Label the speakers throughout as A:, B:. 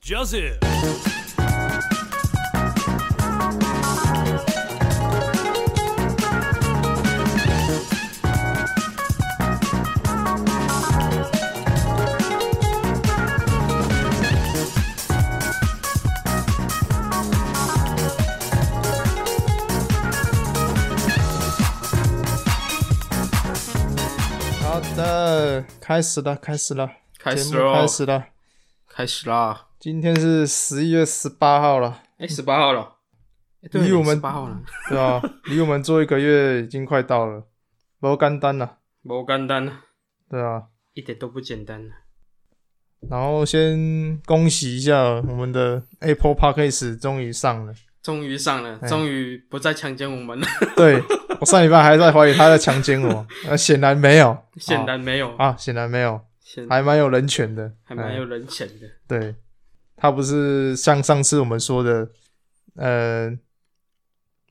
A: Joseph。
B: 好的，开始了，开始了，
C: 开始
B: 节目
C: 喽
B: 开，始了。
C: 开始啦！
B: 今天是十一月十八号了，
C: 哎，十八号了，哎对，
B: 离我们
C: 八号了，
B: 对吧、 离我们做一个月已经快到了，不简单了，
C: 不简单，
B: 对啊。
C: 一点都不简单。
B: 然后先恭喜一下我们的 Apple Podcast 终于上了。
C: 终于上了，
B: 哎
C: 终于不再强奸我 们了，
B: 对我上礼拜还在怀疑他在强奸我， 呃，显然没有，
C: 显然没有，
B: 啊，哎显然没有，
C: 显
B: 还蛮有人权的，
C: 还蛮
B: 哎
C: 有人权的。
B: 对，他不是像上次我们说的，呃，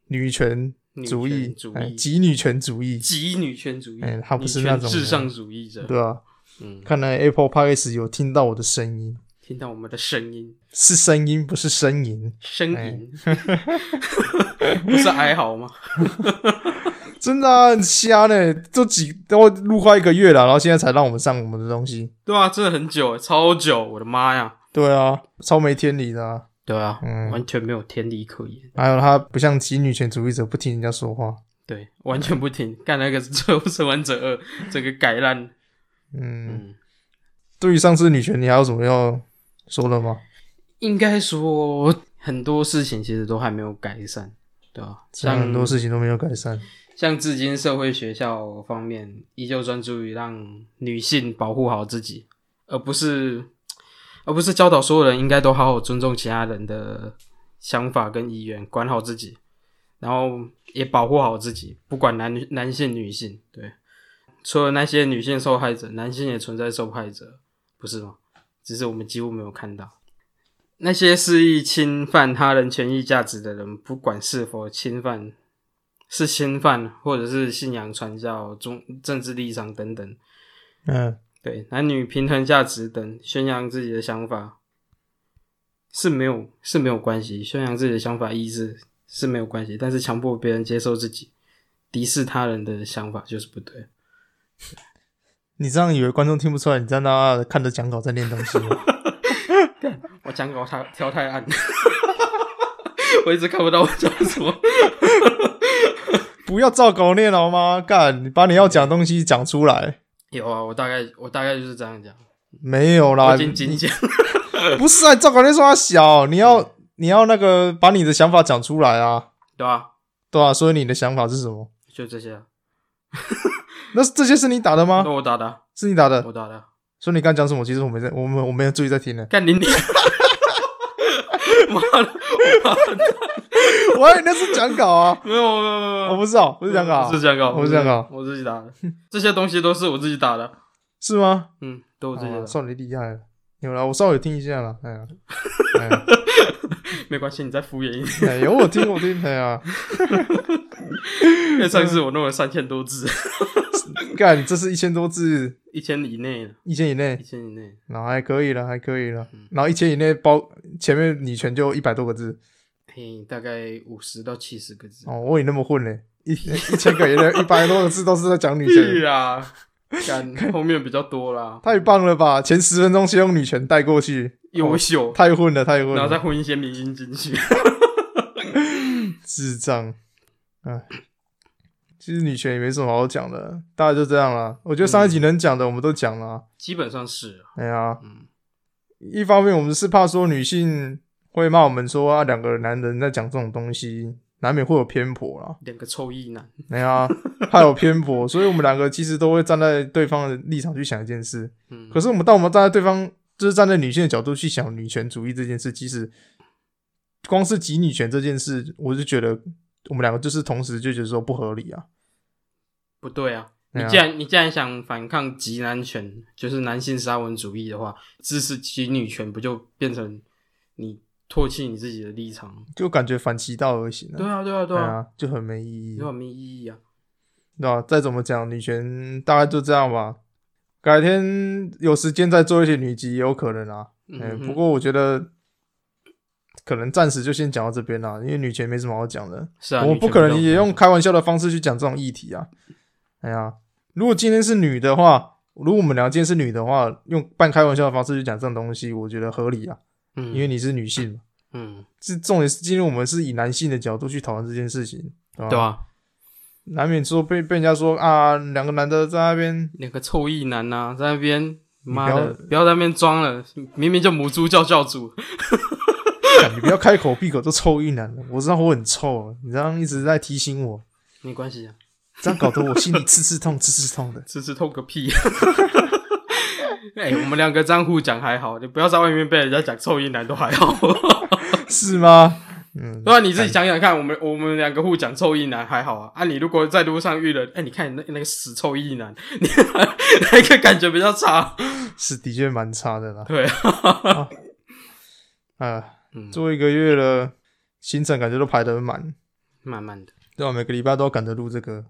B: 女权
C: 女
B: 主义
C: 权，主
B: 哎
C: 义，
B: 极女权主义，
C: 极女权主义
B: 哎，他不是那种
C: 女权至上主义者。
B: 对啊，
C: 嗯，
B: 看来 Apple Podcast 有听到我的声音，
C: 听到我们的声音，
B: 是声音不是呻吟，
C: 呻吟，
B: 哎
C: 不是哀嚎吗？
B: 真的、啊、很瞎呢。这几都录快一个月了，然后现在才让我们上我们的东西，
C: 对啊，真的很久，超久，我的妈呀！
B: 对啊，超没天理的、啊。
C: 对啊，
B: 嗯
C: 完全没有天理可言。
B: 还有他不像极女权主义者，不听人家说话。
C: 对，完全不听，干那个《最后生还者二》整个改烂。
B: 嗯，
C: 嗯，
B: 对于上次女权，你还有什么要说的吗？
C: 应该说很多事情其实都还没有改善，对吧、像
B: 很多事情都没有改善。
C: 像至今社会学校方面，依旧专注于让女性保护好自己，而不是而不是教导所有人应该都好好尊重其他人的想法跟意愿，管好自己，然后也保护好自己，不管男女男性女性。对，除了那些女性受害者，男性也存在受害者，不是吗？只是我们几乎没有看到。那些肆意侵犯他人权益价值的人，不管是否侵犯是侵犯，或者是信仰、传教、宗政治立场等等，
B: 嗯，
C: 对男女平衡价值等，宣扬自己的想法是没有是没有关系，宣扬自己的想法意志是没有关系，但是强迫别人接受自己、敌视他人的想法就是不对。
B: 你这样以为观众听不出来？你在那看着讲稿在念东西吗？
C: 我讲稿太挑太暗， 我一直看不到我讲什么。
B: 不要照稿念好吗？干，你把你要讲的东西讲出来。
C: 有啊，我大概我大概就是这样讲，
B: 没有啦，
C: 我仅仅讲。
B: 不是啊，照稿念说他小，你
C: 嗯
B: 要你要那个把你的想法讲出来啊，
C: 对啊，
B: 对啊，所以你的想法是什么？
C: 就这些啊，
B: 那是这些是你打的吗
C: 那？我打的啊，
B: 是你打的
C: 我，打的啊。。
B: 所以你刚讲什么？其实我没在，我们我没有注意在听呢
C: 干你 你！妈的，
B: 喂，那是讲稿 啊，
C: 没有没有没有，
B: 我不知道，不是讲稿啊，
C: 嗯是讲稿，
B: 我是讲稿，
C: 我自己打的，这些东西都是我自己打的，
B: 是吗？
C: 嗯，都我自己
B: 哦
C: 打，
B: 算你厉害了，有啦，我稍微听一下啦，哎呀， 哎呀
C: 没关系，你再敷衍一点。
B: 哎有我听我听，哎呀，
C: 因为上次我弄了三千多字，
B: 干，这是一千多字，
C: 一千以内了，
B: 一千以内
C: 一，千以内，
B: 然后还可以了，还可以
C: 嗯
B: 了，然后一千以内包前面女权就一百多个字，
C: 嘿，大概五十到七十个字。
B: 哦，我以为你那么混 嘞，一一千个以内一百多个字都是在讲女
C: 屁
B: 权，
C: 啦， 干后面比较多啦，
B: 太棒了吧！前十分钟先用女权带过去，哦
C: 优秀，
B: 太混了，太混
C: 然后再
B: 了，
C: 混一些明星进去。
B: 智障，哎。其实女权也没什么好讲的，大概就这样了。我觉得上一集能讲的我们都讲了啊、
C: 基本上是啊，
B: 哎呀，
C: 嗯
B: 一方面我们是怕说女性会骂我们说啊，两个男人在讲这种东西，难免会有偏颇啦。
C: 两个臭意男，
B: 哎呀，怕有偏颇，所以我们两个其实都会站在对方的立场去想一件事。
C: 嗯，
B: 可是我们当我们站在对方，就是站在女性的角度去想女权主义这件事，其实光是集女权这件事，我就觉得我们两个就是同时就觉得说不合理啊。
C: 不对啊！
B: 对啊
C: 你既然你既然想反抗极男权，就是男性沙文主义的话，支持极女权不就变成你唾弃你自己的立场吗？
B: 就感觉反其道而行
C: 对
B: 啊，
C: 啊，对啊，对
B: 对
C: 啊，
B: 啊，就很没意义
C: 有，没意义啊？
B: 对吧、再怎么讲女权，大概就这样吧。改天有时间再做一些女集也有可能啊。哎、
C: 嗯哼，
B: 不过我觉得可能暂时就先讲到这边啦，因为女权没什么好讲的。
C: 是啊，
B: 我
C: 女
B: 不
C: 权
B: 可能
C: 动
B: 也用开玩笑的方式去讲这种议题啊。哎呀，如果今天是女的话，如果我们聊今天是女的话，用半开玩笑的方式去讲这种东西，我觉得合理啊，
C: 嗯，
B: 因为你是女性嘛。
C: 嗯，
B: 这重点是今天我们是以男性的角度去讨论这件事情，对吧？
C: 对啊吧？
B: 难免说被被人家说啊，两个男的在那边，
C: 那个臭意男呐、在那边妈
B: 不
C: 的，
B: 要
C: 不要在那边装了，明明就母猪叫教主。
B: 干你不要开口闭口都臭一男的，我知道我很臭，哦你这样一直在提醒我，
C: 没关系啊，
B: 这样搞得我心里刺刺痛，刺刺痛的。
C: 吃吃痛个屁！ 哎、我们两个这样互讲还好，你不要在外面被人家讲臭意男都还好。
B: 是吗？嗯，
C: 对啊，你自己想想看，我们我们两个互讲臭意男还好啊。啊，你如果在路上遇了，哎、你看你那那个死臭意男， 你那个感觉比较差。
B: 是的确蛮差的啦。
C: 对啊，
B: 啊、
C: 嗯，
B: 做一个月了，行程感觉都排得很满，
C: 慢慢的，
B: 对啊吧、每个礼拜都要赶着录这个。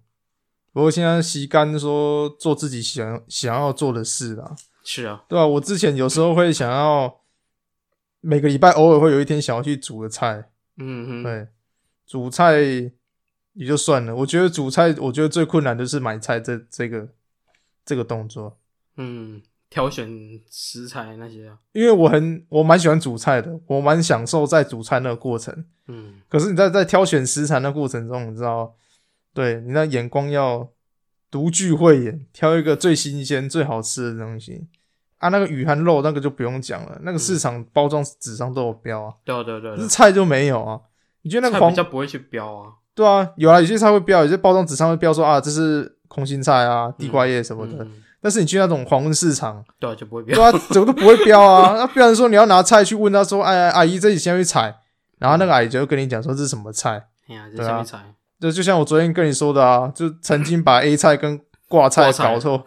B: 不过现在习惯说做自己想想要做的事啦，
C: 是啊，
B: 对吧、我之前有时候会想要每个礼拜偶尔会有一天想要去煮个菜，
C: 嗯嗯，
B: 对，煮菜也就算了。我觉得煮菜，我觉得最困难的是买菜这这个这个动作。
C: 嗯，挑选食材那些啊，
B: 因为我很我蛮喜欢煮菜的，我蛮享受在煮菜那个过程。
C: 嗯，
B: 可是你在在挑选食材的过程中，你知道，对你那眼光要独具慧眼，挑一个最新鲜、最好吃的东西。啊，那个鱼和肉那个就不用讲了，那个市场包装纸上都有标啊，
C: 对啊对啊嗯对啊
B: 可
C: 对
B: 是
C: 啊，
B: 菜就没有啊。你觉得那个
C: 菜
B: 黄
C: 比较不会去标啊。
B: 对啊，有啊，有些菜会标，有些包装纸上会标说啊，这是空心菜啊、地瓜叶什么的。
C: 嗯、
B: 但是你去那种黄昏市场，
C: 对啊，就不会
B: 对
C: 标。
B: 啊，怎么都不会标啊。 那不然说你要拿菜去问他说，哎，阿姨这里先去采，然后那个阿姨就会跟你讲说这是什么菜。
C: 哎呀，这
B: 对啊
C: 下面菜，
B: 就就像我昨天跟你说的啊，就曾经把 A 菜跟挂菜
C: 挂菜
B: 搞错，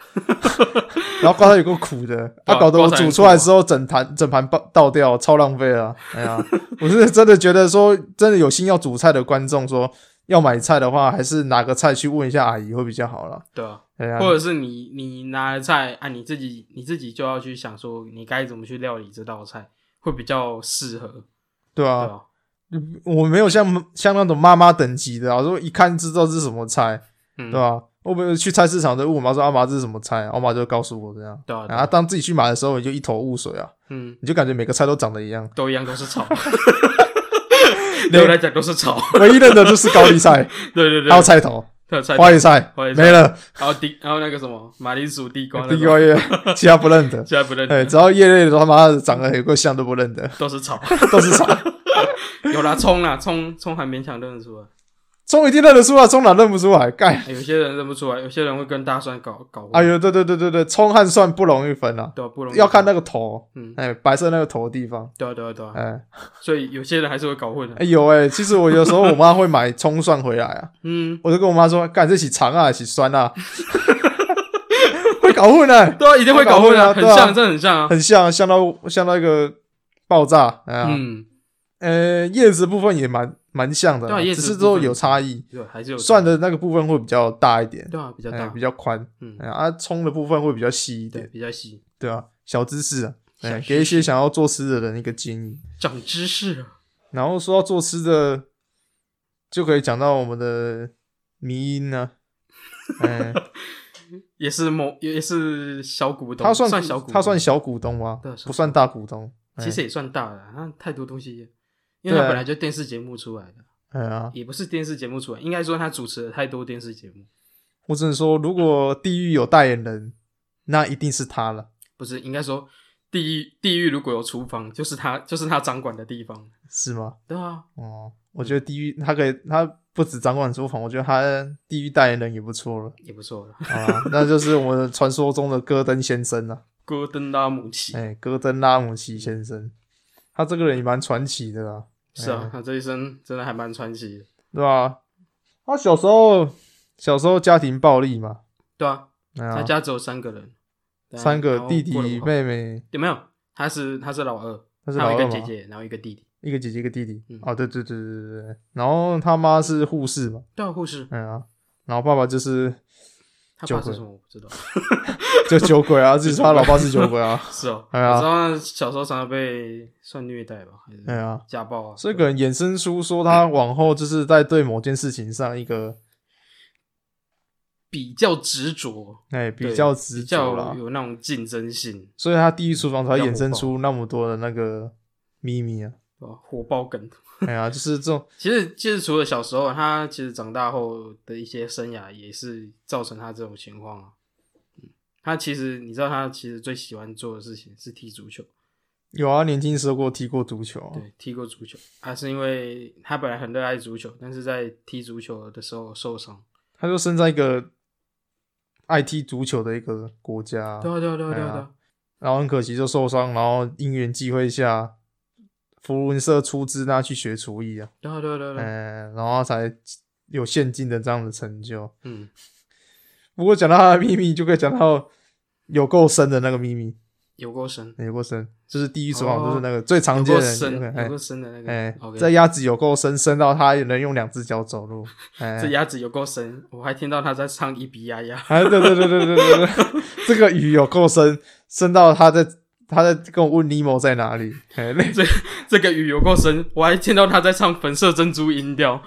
B: 然后挂菜有个苦的， 啊，
C: 对啊
B: 搞得我
C: 挂菜
B: 煮
C: 很苦
B: 出来之后整盘整盘倒倒掉，超浪费啊！哎呀，我是真的觉得说，真的有心要煮菜的观众说，要买菜的话，还是拿个菜去问一下阿姨会比较好啦。
C: 对啊，
B: 哎呀，
C: 或者是你你拿了菜啊，你自己你自己就要去想说你该怎么去料理这道菜会比较适合，
B: 对啊
C: 对，吧？
B: 我没有像像那种妈妈等级的啊，说一看知道这是什么菜，
C: 嗯，
B: 对吧、我们去菜市场的问我妈说阿妈这是什么菜，我妈就会告诉我这样。
C: 对啊，对
B: 然
C: 啊
B: 后当自己去买的时候，你就一头雾水啊，
C: 嗯，，
B: 你就感觉每个菜都长得一样
C: 都一样都是草，对我来讲都是草，
B: 唯一认得就是高丽菜，
C: 对 对对，
B: 还有菜头、
C: 还有菜，
B: 花椰菜
C: 花椰菜
B: 没了，
C: 然后地然后那个什么马铃薯、地瓜那种，
B: 地瓜 叶，其他不认得。
C: 现在不认
B: 哎，
C: 得，
B: 只要叶类的他妈的长得有个像都不认得，
C: 都是草，
B: 都是草。
C: 有啦，葱啦，葱葱还勉强认得出来，
B: 葱一定认得出来，葱哪认不出来？干，
C: 哎有些人认不出来，有些人会跟大蒜搞搞混，
B: 哎呦，对对对对对，葱和蒜不容易分啊，
C: 对啊，不容易，
B: 要看，那个头，
C: 嗯，
B: 哎，白色那个头的地方，
C: 对啊对啊对啊，
B: 哎。
C: 所以有些人还是会搞混的。
B: 欸、有哎、其实我有时候我妈会买葱蒜回来啊，
C: 嗯，
B: 我就跟我妈说，干这起长啊，起酸 啊，会搞混哎、
C: 对啊，一定会搞混
B: 会搞混啊
C: 很
B: 对啊
C: 像，真的很像啊。
B: 很像，像到像到一个爆炸，哎呀、
C: 嗯，
B: 呃，叶子部分也蛮蛮像的啦，
C: 对啊叶
B: 只
C: 子
B: 是
C: 部
B: 都
C: 分
B: 有差异，
C: 对，还是有
B: 蒜的那个部分会比较大一点，
C: 对啊，比较
B: 哎、
C: 大
B: 比，较宽，
C: 嗯，
B: 哎呀啊，葱的部分会比较细一
C: 对，
B: 点，
C: 比较细，
B: 对啊，小知识啊，哎、
C: 小知识
B: 给一些想要做吃的人一个建议。
C: 长知识啊了。
B: 然后说到做吃的，就可以讲到我们的迷啊音呢、 嗯、
C: 也是某，也是小股东，
B: 他算
C: 小股，
B: 他算，小股东吗
C: 对？算
B: 不算大股东。
C: 其实也算大了。他太多东西，因为
B: 对啊
C: 他本来就电视节目出来的，
B: 哎啊，
C: 也不是电视节目出来，应该说他主持了太多电视节目，
B: 我只能说，如果地狱有代言人，那一定是他了。
C: 不是，应该说地狱，地狱如果有厨房，就是他，就是他掌管的地方。
B: 是吗？
C: 对啊，
B: 哦、我觉得地狱他可以，他不止掌管厨房，我觉得他地狱代言人也不错了。
C: 也不错了。
B: 好啊，那就是我们传说中的戈登先生啊，
C: 戈登拉姆齐
B: 哎、戈登拉姆齐先生，他这个人也蛮传奇的啦。
C: 是啊
B: 哎，
C: 他这一生真的还蛮传奇的。
B: 对吧、他小时候小时候家庭暴力嘛，
C: 对啊，
B: 他
C: 他家只有三个人，对啊
B: 三个弟
C: 然后过得
B: 弟
C: 不好
B: 妹妹，
C: 有没有？他是他是老二，
B: 他是
C: 他
B: 老
C: 有一
B: 二
C: 个
B: 嘛
C: 姐，姐，然后一个弟弟。
B: 一个姐姐一个弟弟
C: 嗯。
B: 哦，对对对对对对，然后他妈是护士嘛，哎
C: 对啊，护士，
B: 嗯啊，然后爸爸就是
C: 他
B: 酒
C: 爸
B: 鬼
C: 是什么我不知道。
B: 就酒鬼啊，自己说他老爸是酒鬼 啊，
C: 是哦，
B: 哎呀
C: 我知道小时候常常被算虐待吧，还
B: 对
C: 是
B: 啊，
C: 家暴啊。
B: 所以可能衍生出说他往后就是在对某件事情上一个
C: 比较执着，
B: 哎、比
C: 对
B: 较执
C: 比
B: 着啦
C: 较，有那种竞争性，
B: 所以他地狱厨房才会
C: 比较
B: 衍生
C: 火爆
B: 出那么多的那个秘密啊，
C: 对吧？火爆梗。
B: 哎呀，就是这种
C: 其实，其实除了小时候，他其实长大后的一些生涯也是造成他这种情况啊。嗯，他其实你知道，他其实最喜欢做的事情是踢足球，
B: 有啊，年轻时候给我踢过足球、啊，
C: 对，踢过足球。他是因为他本来很热爱足球，但是在踢足球的时候受伤。
B: 他就生在一个爱踢足球的一个国家啊、
C: 对啊，对啊，对啊，
B: 哎
C: 对啊对
B: 呀
C: 啊，
B: 然后很可惜就受伤，然后因缘际会下，福伦社出资让他去学厨艺啊，
C: 对啊，对啊，对啊
B: 嗯、
C: 对啊，
B: 然后才有现今的这样的成就。
C: 嗯，
B: 不过讲到他的秘密，就可以讲到有够深的那个秘密，
C: 有够深，
B: 有够深，就是地狱厨房，
C: 哦
B: 就是那个最常
C: 有
B: 见
C: 够
B: 的
C: 深，有
B: 哎
C: 够深的那个。
B: 哎，
C: OK
B: 这鸭子有够深，深到它也能用两只脚走路，哎，
C: 这鸭子有够深，我还听到他在唱《一比呀 呀
B: 哎，对对对对对对对，这个鱼有够深，深到他在他在跟我问尼莫在哪里，哎，类》。
C: 这个雨有够深，我还听到他在唱粉色珍珠音调。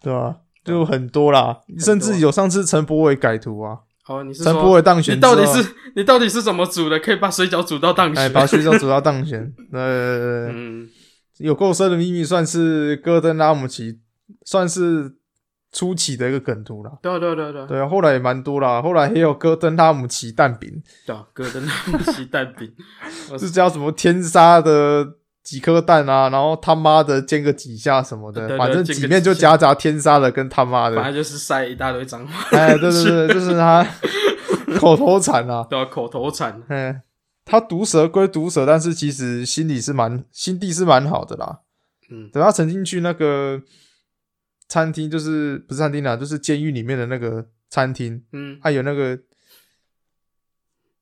B: 对吧？就很多啦，甚至有上次陈柏伟改图啊，
C: 哦，你是
B: 陈
C: 说
B: 柏伟当选
C: 你
B: 之后
C: 到底是你到底是怎么煮的？可以把水饺煮到当时？
B: 哎把学校主要当选，对对对对对，
C: 嗯，
B: 有够深的秘密算是戈登拉姆齐算是初期的一个梗图啦。
C: 对啊对啊对啊对啊
B: 对啊，后来也蛮多啦，后来也有戈登拉姆齐蛋饼，
C: 对啊，哥的那种鸡蛋饼，我
B: 是叫什么天杀的几颗蛋啊，然后他妈的煎个几下什么
C: 对
B: 的，
C: 对对
B: 反正
C: 煎个
B: 里面就
C: 几下
B: 夹杂天杀的跟他妈
C: 反
B: 的，
C: 正就是塞一大堆脏话，
B: 哎，对对对，对就是 他口头禅啊，
C: 对啊，口头禅，
B: 嗯，他毒舌归毒舌，但是其实心里是蛮心地是蛮好的啦。
C: 嗯，
B: 等他曾经去那个餐厅，就是不是餐厅啦，就是监狱里面的那个餐厅，
C: 嗯，
B: 还有那个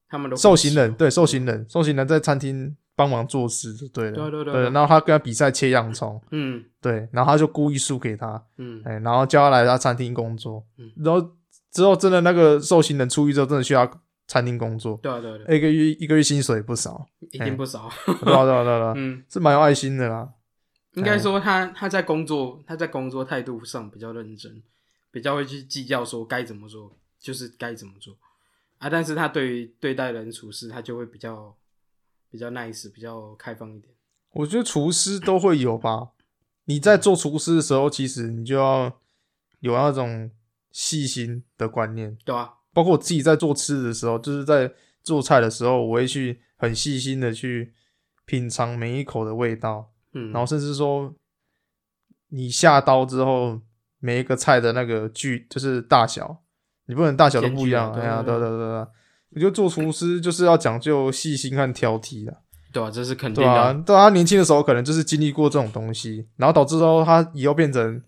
C: 他们的
B: 受刑人，对受刑人，受刑人在餐厅帮忙做事就对了。
C: 对啊对啊对啊
B: 然后他跟他比赛切洋葱，
C: 嗯
B: 对，然后他就故意输给他，
C: 嗯，
B: 哎、然后叫他来他餐厅工作
C: 嗯，
B: 然后之后真的那个受刑人出狱之后，真的去他餐厅工作，
C: 对啊对啊，对啊
B: 一个月一个月薪水不少，
C: 一定不少，
B: 对啊对啊对啊对啊。
C: 嗯，
B: 是蛮有爱心的啦。
C: 应该说他他在工作他在工作态度上比较认真，比较会去计较说该怎么做就是该怎么做啊，但是他对于对待人处事他就会比较比较 nice，比较开放一点。
B: 我觉得厨师都会有吧。你在做厨师的时候，其实你就要有那种细心的观念。
C: 对啊，
B: 包括我自己在做吃的时候，就是在做菜的时候，我会去很细心的去品尝每一口的味道，
C: 嗯，
B: 然后甚至说你下刀之后，每一个菜的那个距就是大小，你不能大小都不一样。
C: 间
B: 哎
C: 距啊
B: 呀，
C: 对
B: 对
C: 啊
B: 对对对，我觉得做厨师就是要讲究细心和挑剔的。
C: 对啊，这是肯定
B: 对
C: 的。
B: 啊，对啊，他年轻的时候可能就是经历过这种东西，然后导致说他以后变成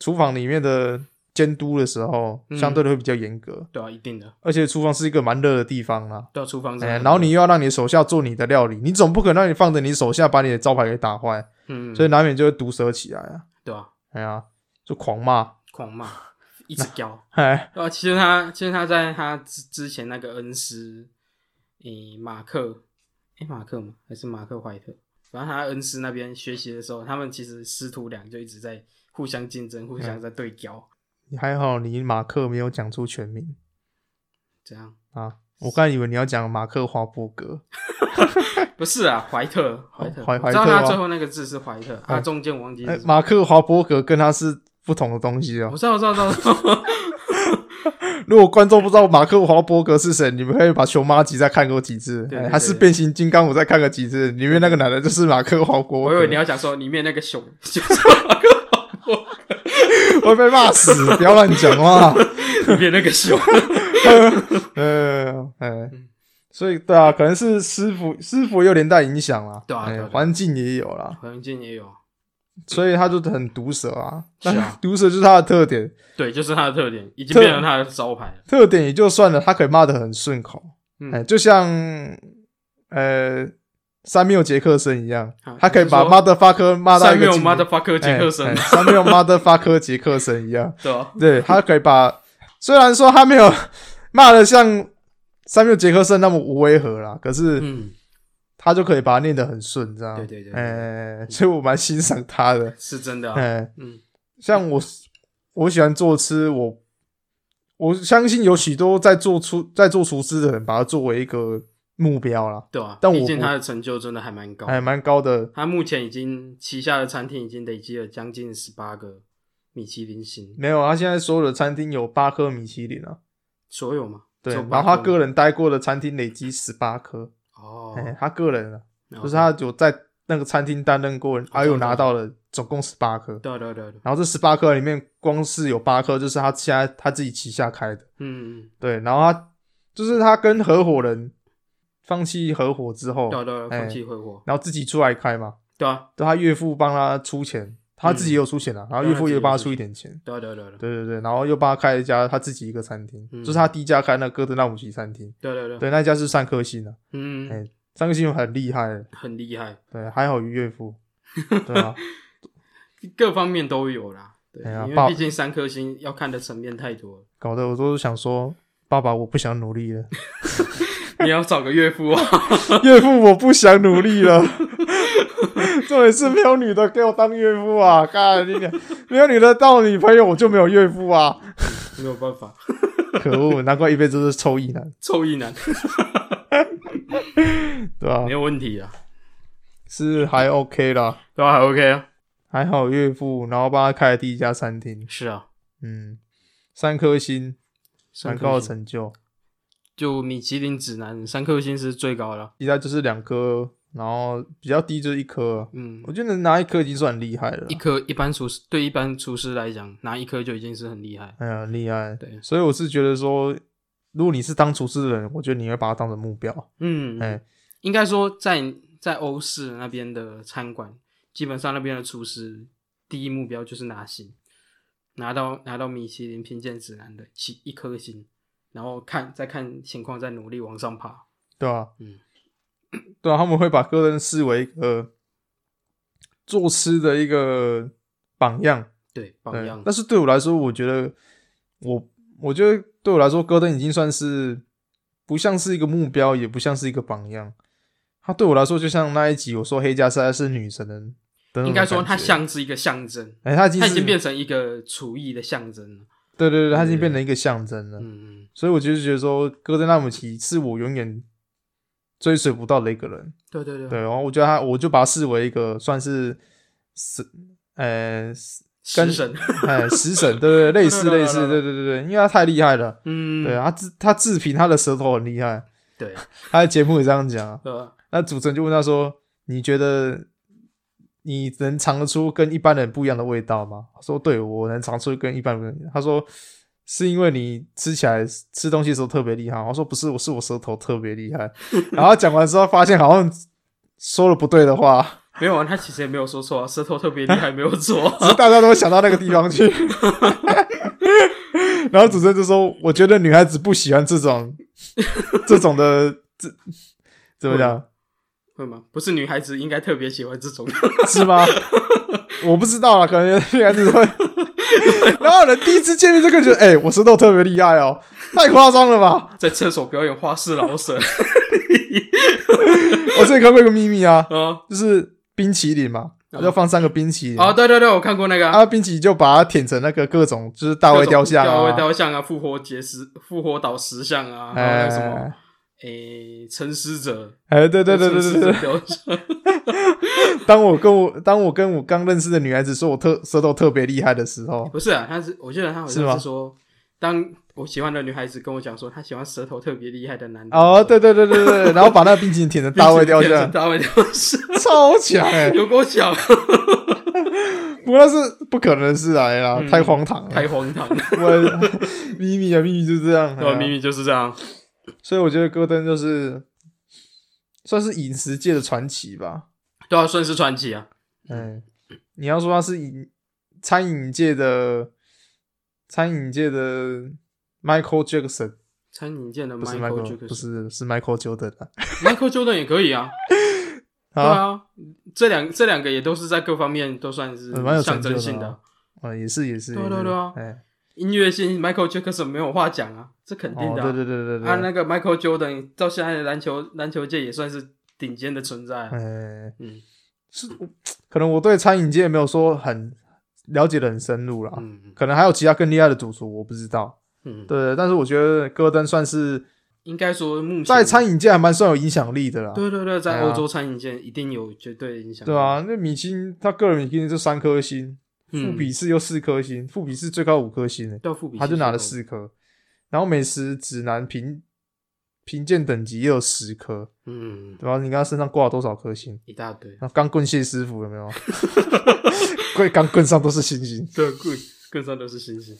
B: 厨房里面的监督的时候，
C: 嗯
B: 相对的会比较严格，
C: 对啊，一定的，
B: 而且厨房是一个蛮热的地方啦。
C: 对啊，厨房是
B: 哎、
C: 很多、
B: 然后你又要让你的手下做你的料理，你总不可能让你放着你的手下把你的招牌给打坏，
C: 嗯，
B: 所以难免就会毒舌起来啊！
C: 对啊，
B: 哎呀、就狂骂，
C: 狂 骂，一直飙。
B: 哎，
C: 对啊，其实他其实他在他之之前那个恩师，诶、马克，诶、马克吗？还是马克怀特？反正他恩师那边学习的时候，他们其实师徒俩就一直在互相竞争，互相在对焦，
B: 你还好，你马克没有讲出全名
C: 怎样？
B: 啊！我刚才以为你要讲马克华伯格，
C: 不是啊，怀特，怀特，
B: 哦怀
C: 我知道
B: 怀特吗
C: 他最后那个字是怀特，
B: 哎
C: 啊，中间我忘记
B: 哎、
C: 是什么。
B: 马克华伯格跟他是不同的东西哦、
C: 我知道，我知道，我知道 我知道，
B: 如果观众不知道马克华伯格是谁，你们可以把《熊妈集》再看过几次，
C: 对对
B: 哎
C: 对
B: 还是《变形金刚》我再看个几次。里面那个男的就是马克华伯格，
C: 我以为你要讲说里面那个熊，就是马克华伯格
B: 我会被骂 死，不要乱讲话。
C: 里面那 个熊。
B: 呃，哎，所以对啊，可能是师傅师傅也有连带影响啦，
C: 对啊
B: 哎
C: 对啊对啊
B: 环境也有啦，
C: 环境也有，
B: 所以他就很毒舌啊。
C: 是啊
B: 但毒舌就是他的特点，
C: 对，就是他的特点，已经
B: 特
C: 变成他的招牌了。
B: 特点也就算了，他可以骂得很顺口，
C: 嗯
B: 哎，就像呃三缪杰克森一样
C: 啊，
B: 他可以把
C: 你
B: motherfucker 骂到
C: 三
B: 一个哎
C: 缪
B: 极致
C: motherfucker 杰克森
B: 哎哎，三缪 motherfucker 杰克森一样，
C: 对吧？
B: 对他可以把虽然说他没有骂的像三缪杰克逊那么无违和啦，可是
C: 嗯，
B: 他就可以把它念得很顺，这样。
C: 对对对对
B: 哎、所以我蛮欣赏他的。
C: 是真的
B: 哎、
C: 啊，嗯
B: 像我，我喜欢做吃，我我相信有许多在做厨在做厨师的人，把它作为一个目标啦，
C: 对啊，
B: 但我
C: 毕竟
B: 不
C: 他的成就真的还蛮高，
B: 还蛮高的。
C: 他目前已经旗下的餐厅已经累积了将近十八个米其林星，
B: 没有，啊他现在所有的餐厅有八颗米其林啊，
C: 所有吗？
B: 对，
C: 只有
B: 然
C: 八
B: 后他
C: 颗
B: 个
C: 吗
B: 人待过的餐厅累积十八颗，
C: 哦
B: 哎、，他个人啊，
C: 然
B: 就
C: 后
B: 是他有在那个餐厅担任过，还有
C: 知道
B: 拿到了总共十八颗，
C: 啊对啊对啊对啊对啊，
B: 然后这十八颗里面光是有八颗就是他现在他自己旗下开的，
C: 嗯，嗯
B: 对，然后他就是他跟合伙人放弃合伙之后
C: 嗯，对啊对啊，
B: 哎
C: 空气挥霍，
B: 然后自己出来开嘛，
C: 对啊
B: 就他岳父帮他出钱，他
C: 嗯
B: 自己也有出钱啊，然后岳父也有帮他出一点钱，
C: 对啊对啊对啊对啊
B: 对对对，然后又帮他开了一家他自己一个餐厅，
C: 嗯
B: 就是他第一家开那个哥德纳姆奇餐厅，
C: 对啊对啊对啊，
B: 对，那一家是三颗星的，
C: 嗯，
B: 哎三颗星很厉害的，
C: 很厉害，
B: 对，还好有岳 父，对啊，
C: 各方面都有啦，对，
B: 哎呀
C: 因
B: 爸
C: 为毕竟三颗星要看的层面太多了，
B: 搞得我都想说，爸爸我不想努力了，
C: 你要找个岳父啊，
B: 岳父我不想努力了。 重点是没有女的给我当岳父啊！看你俩没有女的当我女朋友，我就没有岳父啊！
C: 没有办法，
B: 可恶，难怪一辈子都是臭意男，
C: 臭一男
B: 对吧、
C: 没有问题啊，
B: 是还 OK 啦，
C: 对啊，还 OK 啊，
B: 还好岳父，然后帮他开了第一家餐厅，
C: 是啊，
B: 嗯，三颗星，
C: 三
B: 蛮
C: 颗
B: 高的
C: 星
B: 成就。
C: 就米其林指南三颗星是最高的啊，
B: 其他就是两颗，然后比较低就是一颗，啊
C: 嗯
B: 我，觉得能拿一颗已经算很厉害了
C: 一
B: 啦，
C: 颗一般厨师对一般厨师来讲，拿一颗就已经是很厉害。
B: 哎呀，很厉害。
C: 对，
B: 所以我是觉得说，如果你是当厨师的人，我觉得你会把它当成目标。
C: 嗯，
B: 哎
C: 应该说在在欧式那边的餐馆，基本上那边的厨师第一目标就是拿星，拿到拿到米其林评鉴指南的其一颗星，然后看再看情况，再努力往上爬。
B: 对啊，
C: 嗯，
B: 对啊，他们会把个人视为一个做吃的一个榜样，
C: 对，榜
B: 对
C: 样。
B: 但是对我来说，我觉得我我觉得对我来说，戈登已经算是不像是一个目标，也不像是一个榜样。他对我来说，就像那一集我说黑加塞是女神的的那种
C: 应该说，
B: 感
C: 它
B: 觉，
C: 像是一个象征，
B: 哎、他已经
C: 它
B: 是
C: 已经变成一个厨艺的象征了。
B: 对对对，他已经
C: 对
B: 变成一个象征了。
C: 嗯嗯，
B: 所以我就是觉得说，戈登纳姆齐是我永远追随不到的一个人。
C: 对对对，
B: 对，然后我觉得他，我就把他视为一个算是神，呃，食跟
C: 食神。
B: 哎，食 神，对对，对类似类似，对对对对，因为他太厉害了，
C: 嗯，
B: 对啊他自他自评他的舌头很厉害，
C: 对，
B: 他在节目也这样讲啊。
C: 呃，
B: 那主持人就问他说：“你觉得你能尝得出跟一般人不一样的味道吗？”他说：“对，我能尝出跟一般人。”他说：“是因为你吃起来吃东西的时候特别厉害。”我说：“不是，我是我舌头特别厉害。”然后讲完之后发现好像说了不对的话，
C: 没有啊，他其实也没有说错啊，舌头特别厉害，没有错 啊。
B: 只是大家都想到那个地方去。然后主持人就说：“我觉得女孩子不喜欢这种这种的，这怎么讲？
C: 会吗？不是女孩子应该特别喜欢这种
B: 是吗？ 我不知道啊，可能应该是会。然后人第一次见面就跟觉得，哎、我舌头特别厉害哦，太夸张了吧！
C: 在厕所表演花式老舍
B: 我这里看过一个秘密啊，
C: 啊
B: 就是冰淇淋嘛，
C: 哦
B: 我就放三个冰淇淋，
C: 啊！对对对，我看过那个啊
B: 啊，冰淇淋就把它舔成那个各种就是大卫雕像
C: 大卫
B: 啊，
C: 雕像啊，复活节石、复活岛石像啊，还有那
B: 哎
C: 个什么诶，沉思者，
B: 哎，对对对对对
C: 沉思者
B: 对。
C: 雕像，
B: 当我跟我当我跟我刚认识的女孩子说我特舌头特别厉害的时候，
C: 不是啊，他是我记得他好
B: 是吗
C: 像是说，当我喜欢的女孩子跟我讲说，她喜欢舌头特别厉害的男人
B: 哦，，对对对对 对，然后把那个冰淇淋舔成大卫雕
C: 并且变成
B: 像，
C: 大卫雕像
B: 超强哎、
C: 有够啊巧，
B: 不过那是不可能的事来啦，
C: 嗯
B: 太荒唐了。
C: 太荒唐了，
B: 我秘密啊，秘密就这样。
C: 对
B: 哎
C: 吧，
B: 呀
C: 明明就是这样，
B: 所以我觉得戈登就是算是饮食界的传奇吧。
C: 对啊，顺势传奇啊，
B: 嗯，你要说他是饮餐饮界的餐饮界的 Michael Jackson，
C: 餐饮界的
B: 不是
C: Michael j
B: Michael，
C: a
B: 不是是 Michael Jordan 啊。
C: Michael Jordan 也可以啊，对
B: 啊，
C: 啊，这两这两个也都是在各方面都算是
B: 呃蛮有成
C: 象
B: 就
C: 征
B: 的
C: 性的
B: 啊，嗯，也是也是。
C: 对啊
B: 也是
C: 对啊对啊
B: 哎，
C: 音乐性，Michael Jackson 没有话讲啊，这肯定
B: 哦，
C: 的、
B: 对对对对对，
C: 啊，那个 Michael Jordan 到现在的篮球篮球界也算是顶尖的存在啊、
B: 哎，
C: 嗯
B: 是我可能我对餐饮界没有说很了解的很深入啦，
C: 嗯
B: 可能还有其他更厉害的主厨，我不知道。
C: 嗯，
B: 对，但是我觉得戈登算是
C: 应该说目前
B: 在餐饮界还蛮算有影响力的啦。
C: 对对啊对，在
B: 哎呀
C: 欧洲餐饮界一定有绝对影响。
B: 对，啊，那米星他个人米星就三颗星，
C: 嗯
B: 富比士又四颗星，富比士最高五颗星欸，
C: 对啊富比
B: 他就拿了
C: 是
B: 四颗。然后美食指南评评鉴等级也有十颗，
C: 有，嗯，
B: 对吧、你看他身上挂了多少颗星？
C: 一大堆，
B: 那钢棍谢师傅有没 有？棍钢棍上都是星星，
C: 对，更更上都是星星。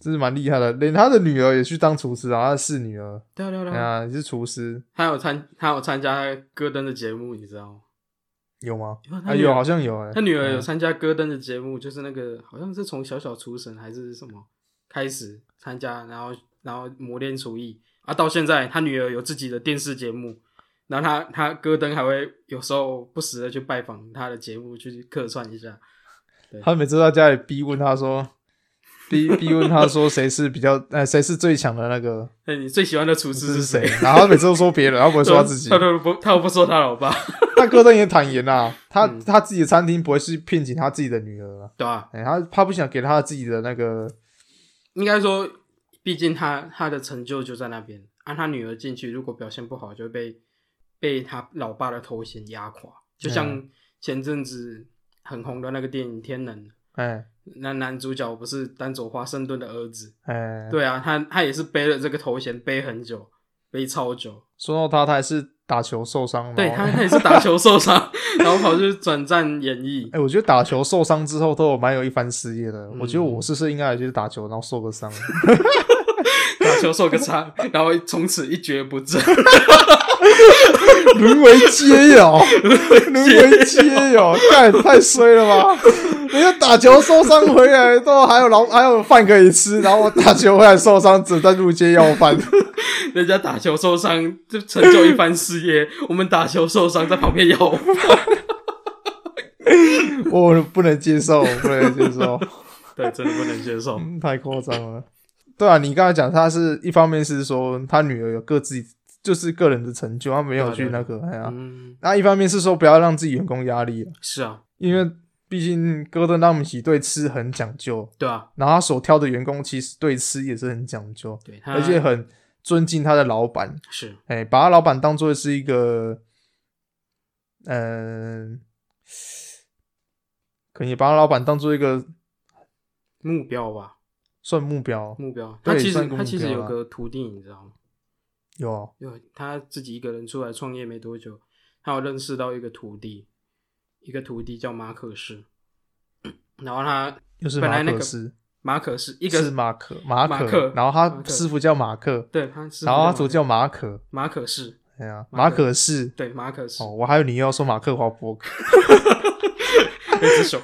B: 真是蛮厉害的。连他的女儿也去当厨师啊，他的四女儿，
C: 对啊对啊对
B: 哎
C: 啊，
B: 呀，也是厨师，
C: 他有参他有参加戈登的节目，你知道吗？
B: 有吗？
C: 有啊他
B: 哎
C: 女
B: 有，
C: 儿
B: 好像有哎、
C: 他女儿有
B: 嗯
C: 参加戈登的节目，就是那个好像是从小小厨神还是什么开始参加，然后然后磨练厨艺啊，到现在他女儿有自己的电视节目，然后他他戈登还会有时候不时的去拜访他的节目去客串一下，
B: 他每次都在家里逼问他说，逼逼问他说谁是比较，哎，谁是最强的那个，
C: 那哎你最喜欢的厨
B: 这
C: 师
B: 是谁
C: 谁？？ 啊
B: 然后他每次都说别人，他不会
C: 他
B: 说他自己
C: 他。都不他都不说他 老爸，
B: 但戈登也坦言啦、他
C: 嗯
B: 他自己的餐厅不会是聘请他自己的女儿啊，
C: 对吧、
B: 哎，他他不想给他自己的那个，
C: 应该说，毕竟他他的成就就在那边，按、他女儿进去，如果表现不好，就会被被他老爸的头衔压垮。就像前阵子很红的那个电影《天能》，
B: 哎
C: 那男主角不是丹佐华盛顿的儿子？
B: 哎，
C: 对啊，他他也是背了这个头衔背很久，背超久。
B: 说到他，他还是打球受伤，
C: 对
B: 然后
C: 他他也是打球受伤， 然后跑去转战演艺。
B: 哎、我觉得打球受伤之后都有蛮有一番事业的。
C: 嗯
B: 我觉得我是不是应该也去打球，然后受个伤？啊
C: 打球受个伤， 然后从此一蹶不振。
B: 沦为街 友，沦为街友，干太衰了吧！人家打球受伤回来都还有老还有饭可以吃，然后我打球回来受伤，只能入街要饭。
C: 人家打球受伤就成就一番事 业，我们打球受伤在旁边摇。
B: 我不能接受，我不能接受，
C: 对，真的不能接受。
B: 嗯太夸张了。对啊，你刚才讲他是一方面是说他女儿有各自就是个人的成就，他没有去那个哎呀。
C: 嗯，
B: 那一方面是说不要让自己员工压力啊
C: 是啊，
B: 因为毕竟戈登他们喜对吃很讲究，
C: 对啊，
B: 然后他所挑的员工其实对吃也是很讲究，
C: 对，他
B: 而且很尊敬他的老板，
C: 是
B: 哎、把他老板当做是一个，嗯、可以把他老板当做一个
C: 目标吧，
B: 算目标，
C: 目标。
B: 对
C: 他其
B: 算
C: 实
B: 一个
C: 他其实
B: 目标
C: 有
B: 啊
C: 个徒弟，你知道吗？
B: 有哦
C: 有他自己一个人出来创业没多久，他有认识到一个徒弟，一个徒弟叫马可仕。 然后他
B: 又是
C: 本
B: 马
C: 来那
B: 克
C: 个
B: 思，
C: 马可仕一
B: 一
C: 个
B: 是马可马
C: 马
B: 可
C: 克，
B: 然后他
C: 马克
B: 师傅叫马克，
C: 对他师傅
B: 然后他
C: 马
B: 主叫马可，
C: 马可仕，
B: 哎呀，
C: 马
B: 马
C: 可
B: 可是。
C: 对马可仕
B: 哦，我还有你又要说马克华伯格，
C: 那只熊。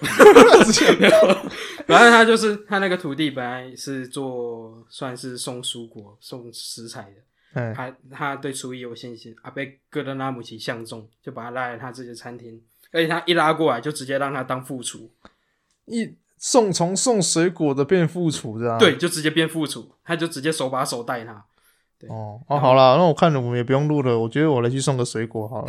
C: 没有反正他就是他那个徒弟，本来是做算是送蔬果、送食材的，
B: 哎，
C: 他他对厨艺有信心啊，被戈登拉姆齐相中，就把他拉来他自己的餐厅，而且他一拉过来就直接让他当副厨，
B: 一送从送水果的变副厨的、啊，
C: 对，就直接变副厨，他就直接手把手带他，
B: 哦哦，好啦，那我看了我们也不用录了，我觉得我来去送个水果好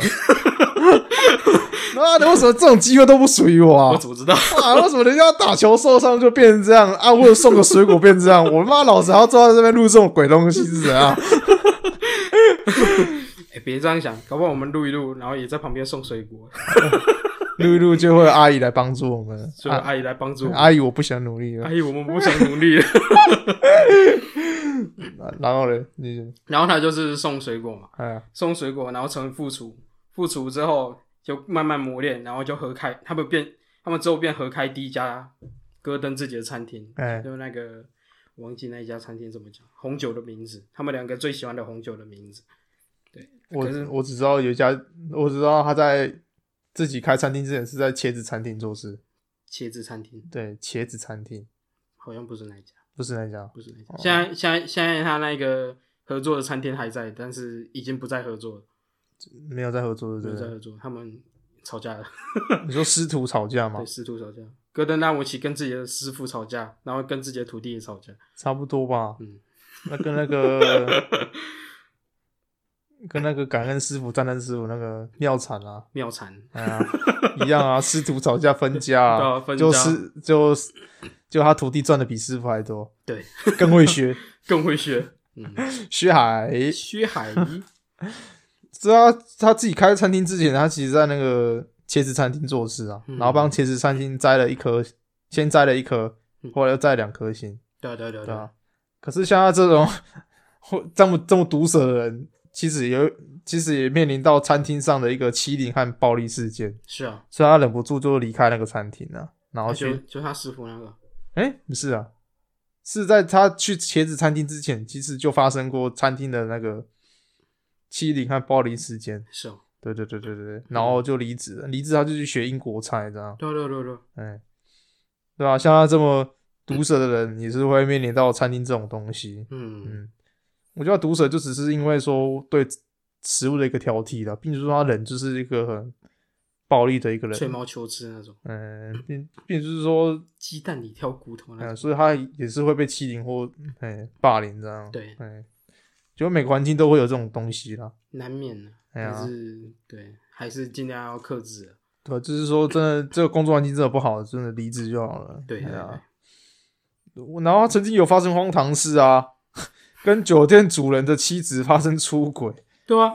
B: 了。妈的，为什么这种机会都不属于我
C: 我
B: 啊？
C: 怎么知道？
B: 啊，为什么人家打球受伤就变成这样啊？或者送个水果变这样？我妈老子还要坐在这边录这种鬼东西是啊怎 样？
C: 哎、别这样想，搞不好我们录一录，然后也在旁边送水果，
B: 录一录就会有阿姨来帮助我们。
C: 所以
B: 啊、
C: 阿姨来帮助我们。
B: 阿姨，我不想努力了
C: 阿。姨，我们不想努力了。
B: 啊然后呢，你
C: 然后他就是送水果嘛，
B: 哎呀，
C: 送水果，然后成为副厨，副厨之后就慢慢磨练，然后就合开，他们变，他们之后变合开第一家戈登自己的餐厅，
B: 哎
C: 就那个我忘记那一家餐厅怎么讲，红酒的名字，他们两个最喜欢的红酒的名字，
B: 我
C: 可是
B: 我只知道有一家，我只知道他在自己开餐厅之前是在茄子餐厅做事，
C: 茄子餐厅
B: 对，茄子餐厅
C: 好像不是那一家，
B: 不是那家。
C: 不是那一家，
B: 哦
C: 现在现在现在他那个合作的餐厅还在，但是已经不再合作了，
B: 没有在合作，
C: 没
B: 对
C: 有
B: 不
C: 再
B: 对？
C: 合作，他们吵架了，
B: 你说师徒吵架吗
C: 对，？师徒吵架，戈登拉姆齐跟自己的师傅吵架，然后跟自己的徒弟也吵架。
B: 差不多吧。
C: 嗯，
B: 那跟那个跟那个感恩师傅、赞叹师傅那个妙产啊，
C: 妙禅，
B: 哎呀，一样啊，师徒吵架分家
C: 对
B: 啊，
C: 啊分家
B: 就是就是就他徒弟赚的比师傅还多，
C: 对，
B: 更会学
C: 更会学。嗯，
B: 学海。
C: 薛海 怡，
B: 知道他他自己开餐厅之前，他其实在那个茄子餐厅做事啊，
C: 嗯
B: 然后帮茄子餐厅摘了一颗，先摘了一颗
C: 嗯，
B: 后来又摘两颗星，
C: 对啊对啊对啊
B: 对
C: 对
B: 吧、
C: 啊，
B: 可是像他这种 这么这么毒舌的人，其实也有其实也面临到餐厅上的一个欺凌和暴力事件，
C: 是啊，
B: 所以他忍不住就离开那个餐厅了、然后
C: 就
B: 去
C: 就他师傅那个，
B: 哎、不是啊，是在他去茄子餐厅之前，其实就发生过餐厅的那个欺凌和暴力事件。
C: 是哦，
B: 对对对对对，然后就离职
C: 嗯
B: 了，离职他就去学英国菜，这样，
C: 对啊对啊对啊对啊，
B: 哎，对啊，像他这么毒舌的人，也是会面临到餐厅这种东西。
C: 嗯，
B: 嗯，我觉得毒舌就只是因为说对食物的一个挑剔了，并不是说他人就是一个很暴力的一个
C: 吹
B: 人，
C: 毛求疵那种，
B: 嗯，并并不是说，
C: 鸡蛋里挑骨头
B: 嗯，
C: 那种，
B: 所以他也是会被欺凌或哎霸凌这样，
C: 对，
B: 哎，就每个环境都会有这种东西啦。
C: 难免的，
B: 哎呀
C: 但是对，还是尽量要克制啊。
B: 对，就是说，真的，这个工作环境真的不好，真的离职就好了。
C: 对对
B: 哎呀
C: 对
B: 我然后他曾经有发生荒唐事啊，跟酒店主人的妻子发生出轨，
C: 对啊，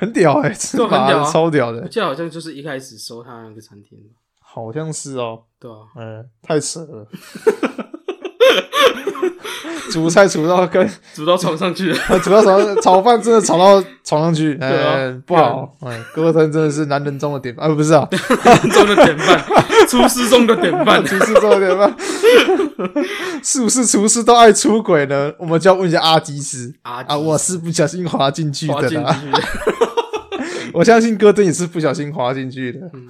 B: 很屌 哎、欸，
C: 这很屌啊
B: 妈的超屌的、
C: 我记得好像就是一开始收他那个餐厅吧，
B: 好像是哦，
C: 对啊，
B: 嗯，太扯了， 煮菜煮到跟
C: 煮到床上去了，
B: 煮到床上炒饭真的炒到床上去，哎、
C: 对啊
B: 不好，哎、戈登真的是男人中的典范，啊，不是 啊，
C: 中的典范，厨师中的典范，
B: 厨师做典范， 是不是厨师都爱出轨呢？我们就要问一下阿基斯
C: 阿基
B: 啊，我是不小心滑进去
C: 滑
B: 的
C: 进去
B: 啦。
C: 的。
B: 我相信戈登也是不小心滑进去的。
C: 嗯，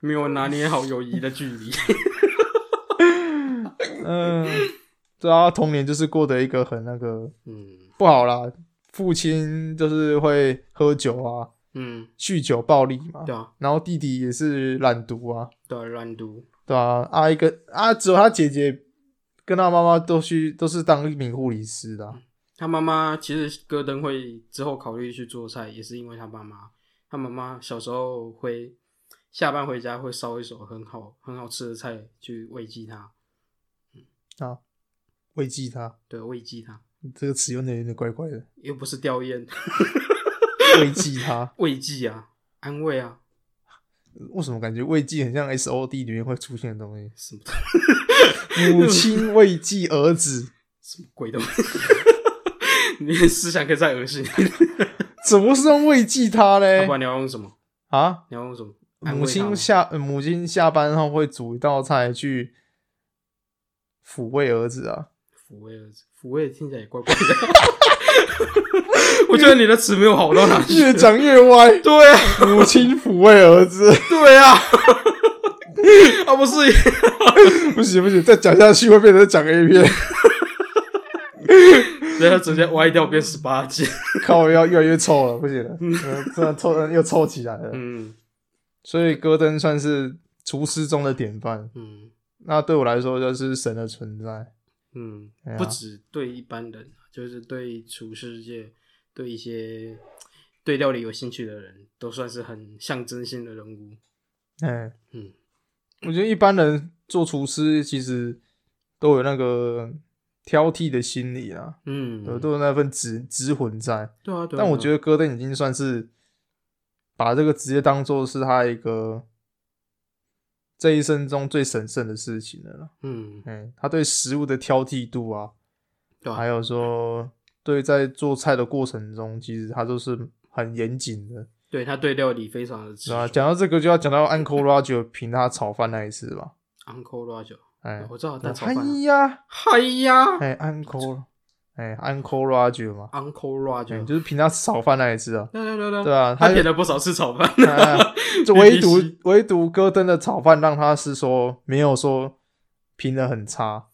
C: 没有拿捏好友谊的距离。
B: 嗯，对啊，童年就是过得一个很那个
C: 嗯
B: 不好啦。父亲就是会喝酒啊，
C: 嗯，
B: 酗酒暴力嘛，
C: 对啊，
B: 然后弟弟也是懒读啊，
C: 对啊，乱读，
B: 对啊，阿一跟啊，只有他姐姐跟他妈妈都去都是当一名护理师的啊、
C: 他妈妈其实戈登会之后考虑去做菜，也是因为他妈妈。他妈妈小时候会下班回家会烧一手很好很好吃的菜去喂鸡他，
B: 慰藉他。
C: 对，啊喂鸡他，
B: 这个词用的有点怪怪的，
C: 又不是吊唁，
B: 慰藉他，
C: 慰藉啊，安慰啊，
B: 为什么感觉慰藉很像 S O D 里面会出现的东 西？
C: 什么
B: 母亲慰藉儿子，
C: 什么鬼东西。 你的思想可以再恶 心，
B: 怎么是用慰藉他
C: 要
B: 嘞
C: 不？然你要用什么？
B: 啊，
C: 你要用什么？安慰
B: 母
C: 他吗
B: 亲下呃母亲下班后会煮一道菜去抚慰儿子啊，
C: 抚慰儿子，抚慰听起来也怪怪的。 我觉得你的词没有好到哪去。
B: 越讲越歪。
C: 对啊，
B: 母亲抚慰儿子，
C: 对啊， 啊不是，
B: 不行不行，再讲下去会变成讲 A 片，
C: 然后直接歪掉变十八禁。
B: 靠腰越来越臭了，不行了，呃真的臭又臭起来了。
C: 嗯
B: 所以戈登算是厨师中的典范。
C: 嗯
B: 那对我来说就是神的存在。
C: 嗯
B: 哎呀，
C: 不止对一般人，就是对厨师界，对一些对料理有兴趣的人，都算是很象征性的人物。
B: 嗯
C: 嗯，
B: 我觉得一般人做厨师其实都有那个挑剔的心理啦，
C: 嗯，
B: 对，都有那份执执魂在。
C: 对啊，对啊。
B: 但我觉
C: 得，
B: 得戈登已经算是把这个职业当做是他一个这一生中最神圣的事情了啦。
C: 嗯，
B: 嗯，他对食物的挑剔度啊，
C: 对啊
B: 还有说对在做菜的过程中，其实他都是很严谨的。
C: 对他对料理非常的执
B: 是啊，
C: 着。
B: 讲到这个就要讲到 Uncle Roger 评他炒饭那一次吧。
C: Uncle Roger，
B: 哎，
C: 我知道他炒
B: 哎
C: 饭啊。
B: 呀，
C: 嗨呀
B: 哎 Uncle，哎 Uncle Roger 嘛，
C: ，Uncle
B: 哎
C: Roger，
B: 就是评他炒饭那一次啊。
C: 对对对
B: 对啊，
C: 他
B: 就
C: 点了不少次炒饭。
B: 哎就唯独
C: BBC
B: 唯独戈登的炒饭让他是说没有说评的很差，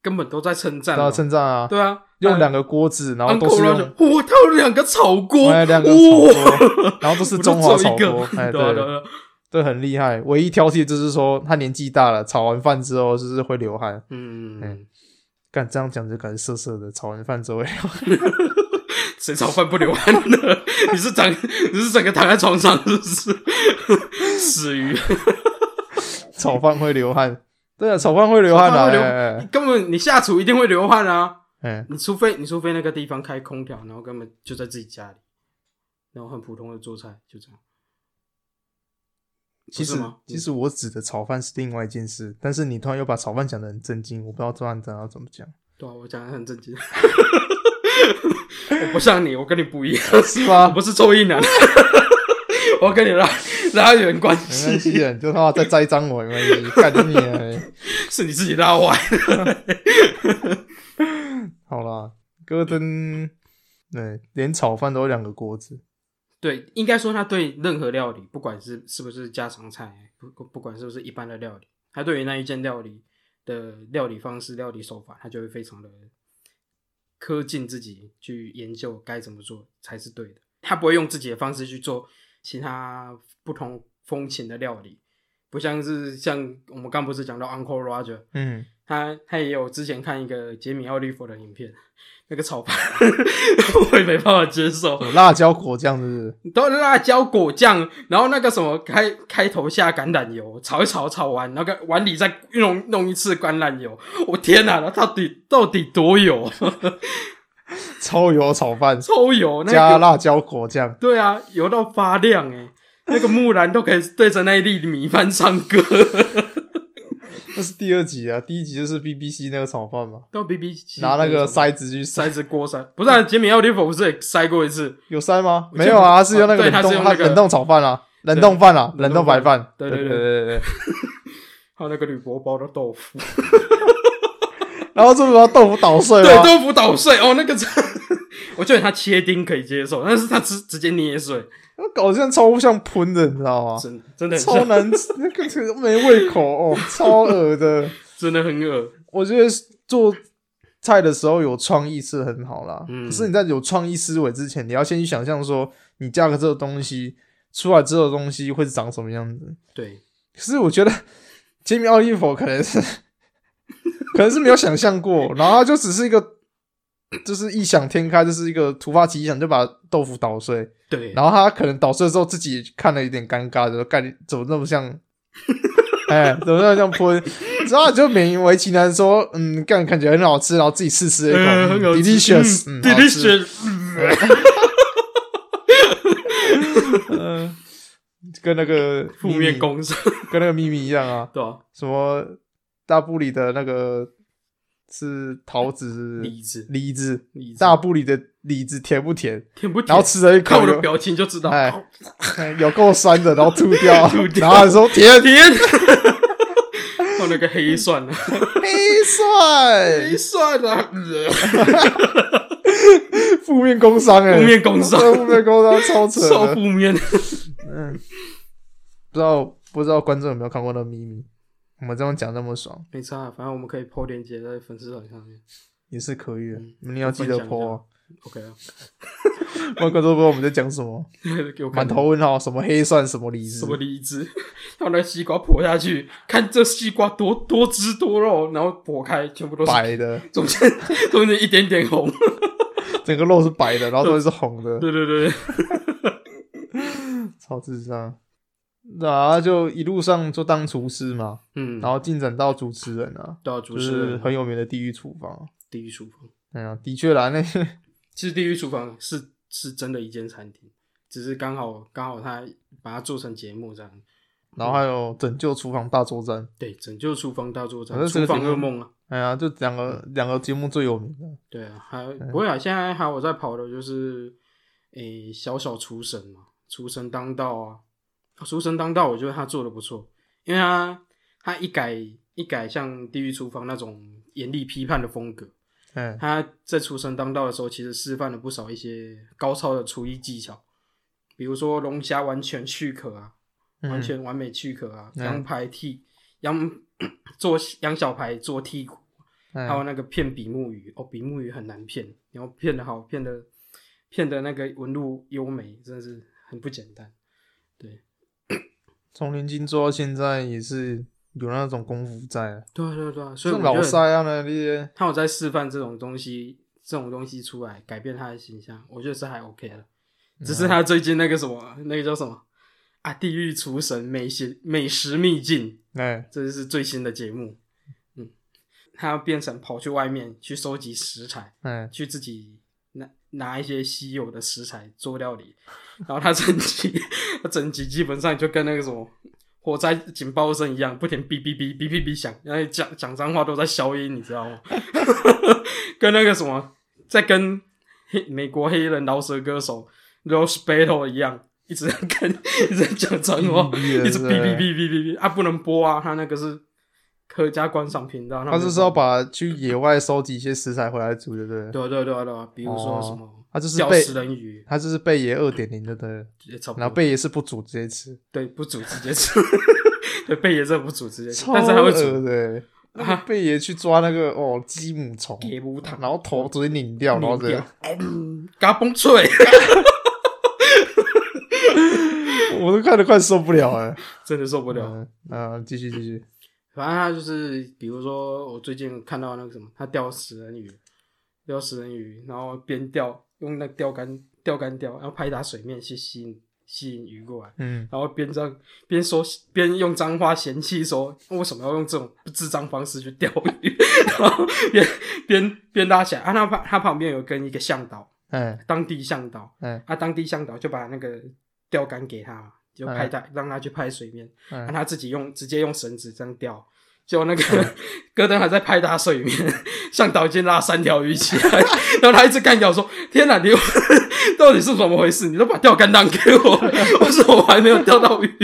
C: 根本都在称赞
B: 然
C: 嘛，
B: 后称赞啊，
C: 对啊，
B: 用两
C: 个
B: 个锅子，然后都
C: uncle
B: 是
C: Roger，
B: 用
C: 哇，他有两个炒锅，
B: 哎两个
C: 哇
B: 炒锅，然后都是中华炒锅，
C: 我
B: 哎
C: 就做
B: 对
C: 一个 对啊对啊，对啊
B: 对，很厉害。唯一挑剔的就是说他年纪大了，炒完饭之后就是会流汗。哎
C: 嗯，
B: 干这样讲就感觉涩涩的，炒完饭之后会 流汗。
C: 谁炒饭不流汗的？ 你是整你是整个躺在床上 是不是？死鱼，
B: 炒饭会流汗。对啊，炒饭会流汗
C: 炒
B: 啊。
C: 饭会流
B: 哎
C: 你根本你下厨一定会流汗啊！
B: 哎哎
C: 你除非你除非那个地方开空调，然后根本就在自己家里，然后很普通的做菜，就这样。
B: 其实
C: 不是吗
B: 其实我指的炒饭是另外一件事，但是你突然又把炒饭讲的很震惊，我不知道突然讲要怎么讲，
C: 对啊，我讲的很正经。 我不像你，我跟你不一样，
B: 是
C: 我
B: 吗？
C: 啊不是臭 一男，我跟你拉拉远关
B: 没关系啊
C: 系，
B: 的，你就他妈再栽赃我，没关系，干你啊！哎
C: 是你自己拉歪。
B: 好啦，戈登，对，连炒饭都有两个锅子，
C: 对，应该说他对任何料理，不管是是不是家常菜，不不管是不是一般的料理，他对于那一件料理的料理方式、料理手法，他就会非常的苛尽自己去研究该怎么做才是对的。他不会用自己的方式去做其他不同风情的料理，不像是像我们刚不是讲到 Uncle Roger，
B: 嗯，
C: 他他也有之前看一个杰米奥利弗的影片，那个炒饭 我也没办法接受，
B: 有辣椒果酱是不是？
C: 都是辣椒果酱，然后那个什么开开头下橄榄油，炒一炒，炒完那个碗里再弄弄一次橄榄油，我天哪、那到底到底多油？
B: 超油炒饭
C: 超油，那
B: 加
C: 个
B: 辣椒果酱，
C: 对啊，油到发亮哎、那个木兰都可以对着那一粒米饭唱歌。
B: 那是第二集啊，第一集就是 BBC 那个炒饭嘛，
C: 到 B B
B: 拿那个筛子去筛，
C: 塞子锅塞，不是、啊、杰米奥利弗不是也塞过一次？
B: 有筛吗？
C: 我
B: 没
C: 记得
B: 有啊，是用那个
C: 对
B: 冷
C: 他是
B: 冻
C: 用
B: 它
C: 那个
B: 冷冻炒饭啊，冷冻饭啊，冷
C: 冷
B: 冻
C: 冻
B: 白
C: 饭
B: 饭，
C: 对
B: 对
C: 对对
B: 对对。
C: 还有那个铝箔包的豆腐，
B: 然后这不把豆腐捣碎
C: 对，
B: 吗？
C: 豆腐捣碎哦，那个真， 我觉得他切丁可以接受，但是他直直接捏碎，
B: 那搞得像超像喷的，你知道吗？
C: 真真的很
B: 超
C: 像，
B: 难吃，那个这个没胃口哦，超恶的。
C: 真的很恶。
B: 我觉得做菜的时候有创意是很好啦，
C: 嗯
B: 可是你在有创意思维之前，你要先去想象说你加个这个东西出来之后，东西会长什么样子。
C: 对，
B: 可是我觉得杰米奥利弗可能是 可能是没有想象过，然后他就只是一个就是异想天开，就是一个突发奇想就把豆腐捣碎，
C: 对，
B: 然后他可能导射之后自己看了有点尴尬，就说：“干，你怎么那么 像？哎，怎么那么像喷？”之后他就勉为其难说：“嗯，干，感觉很好吃。”然后自己试吃了一口、
C: 嗯很好吃
B: delicious，
C: 嗯
B: 嗯好吃
C: delicious，嗯
B: 嗯， 跟那个
C: 负
B: 秘
C: 面
B: 密
C: 攻势，
B: 跟那个秘密一样啊，
C: 对吧？
B: 什么大布里的那个是桃子是不是
C: 梨子，
B: 梨子，
C: 梨子
B: 大布里的梨子甜不甜？
C: 甜不甜？
B: 然后吃了一口
C: 看我的
B: 有，
C: 表情就知道，
B: 哎
C: 哦
B: 哎有够酸的，然后吐掉，
C: 吐掉
B: 然后还说甜
C: 甜。哦，那个黑蒜啊，
B: 黑蒜
C: 黑。蒜啊，嗯
B: 负面工伤哎、欸，
C: 负面工伤
B: 对负面工伤超扯
C: 受
B: 的。
C: 负面。
B: 嗯，不知道不知道观众有没有看过那个秘密？我们这样讲那么爽
C: 没差，啊反正我们可以 PO 链接在粉丝团上面。
B: 也是可以的，
C: 嗯
B: 你要记得
C: 分享一下
B: 播、啊，
C: OK 啊，
B: 不然观众不知道我们在讲什么。
C: 给我看
B: 满头问号，什么黑蒜，什么梨子
C: 什，么梨 子，然后那西瓜剖下去，看这西瓜多多汁多肉，然后剖开全部都是
B: 白的，
C: 中间 中间一点点红。
B: 整个肉是白的，然后都是红的，
C: 对对对，对
B: 超智障。然后就一路上就当厨师嘛，
C: 嗯，
B: 然后进展到主持人啊，
C: 对啊，主
B: 就
C: 持
B: 是
C: 人
B: 很有名的地狱厨房。
C: 地狱厨房，
B: 哎呀，的确啦，那
C: 其实地狱厨房是是真的一间餐厅，只是刚好刚好他把它做成节目这样。
B: 然后还有拯救厨房大作战，
C: 对，拯救厨房大作战
B: 反，正这个
C: 厨房
B: 节目
C: 噩梦啊。
B: 哎呀，就两个
C: 嗯
B: 两个节目最有名的，
C: 对啊，还
B: 嗯
C: 有不会啊，现在还有在跑的就是，诶、小小厨神嘛，厨神当道啊，厨神当道，我觉得他做的不错，因为他他一改一改像地狱厨房那种严厉批判的风格，
B: 哎，
C: 他在厨神当道的时候，其实示范了不少一些高超的厨艺技巧，比如说龙虾完全去壳啊，
B: 嗯
C: 完全完美去壳啊，
B: 嗯
C: 羊排剔羊 做羊小排做剔骨。
B: 哎
C: 还有那个骗比目鱼哦，比目鱼很难骗，然后骗的好，骗的骗的那个纹路优美，真的是很不简单。对，
B: 从年轻做到现在也是有那种功夫在啊，
C: 对啊对啊对啊，所
B: 这
C: 以我
B: 老
C: 觉
B: 塞
C: 得
B: 啊那些，
C: 他有在示范这种东西，这种东西出来改变他的形象，我觉得是还 OK 的。
B: 嗯
C: 只是他最近那个什么，那个叫什么啊，《地狱厨神美食美食秘境》，
B: 哎，
C: 这是最新的节目。嗯，他变成跑去外面去收集食材，
B: 哎，
C: 去自己拿拿一些稀有的食材做料理，然后他 整集他整集基本上就跟那个什么火灾警报声一样，不停哔哔哔哔哔哔响，然后讲讲脏话都在消音，你知道吗？ 跟那个什么在跟黑美国黑人饶舌歌手 Rose Battle 一样，一直在跟一直在讲脏话，哎
B: 嗯
C: 一直哔哔哔哔哔哔啊，不能播啊，他那个是客家观赏频道，
B: 他是说把去野外收集一些食材回来煮，对不对？
C: 对啊对啊对啊对啊，比如说什么。
B: 他就是
C: 钓
B: 被
C: 食人鱼，
B: 他就是贝爷二点零，对不对了？
C: 也差不
B: 然后
C: 多。
B: 贝爷是不煮直接吃，
C: 对不煮直接吃， 对贝爷这不煮直接吃，
B: 超
C: 但是他会
B: 恶
C: 煮啊
B: 的欸。那个贝爷去抓那个哦鸡母虫，
C: 铁母糖，
B: 然后头直接拧掉，然后这
C: 拧
B: 样
C: 掉，嗯嘎嘣脆，
B: 我都看得快受不了哎。
C: 真的受不了。
B: 嗯嗯，继续继续，
C: 反正他就是，比如说我最近看到那个什么，他钓食人鱼，钓食人鱼，然后边钓用那钓竿钓竿钓，然后拍打水面去吸引吸引鱼过来。
B: 嗯，
C: 然后边这样边说边用脏话嫌弃说为什么要用这种智障方式去钓鱼， 然后边边边拉起来啊，他旁他旁边有跟一个向导，
B: 哎
C: 当地向导，
B: 哎
C: 啊，当地向导就把那个钓竿给他嘛，就拍
B: 嗯
C: 他、让他去拍水面，让、
B: 哎，
C: 他自己用直接用绳子这样钓。结果那个 戈登还在拍打水面， 向导已经拉三条鱼起来， 然后他一直干掉说：“天哪，你 到底是怎么回事？你都把钓竿让给我， 为什么我还没有钓到鱼？”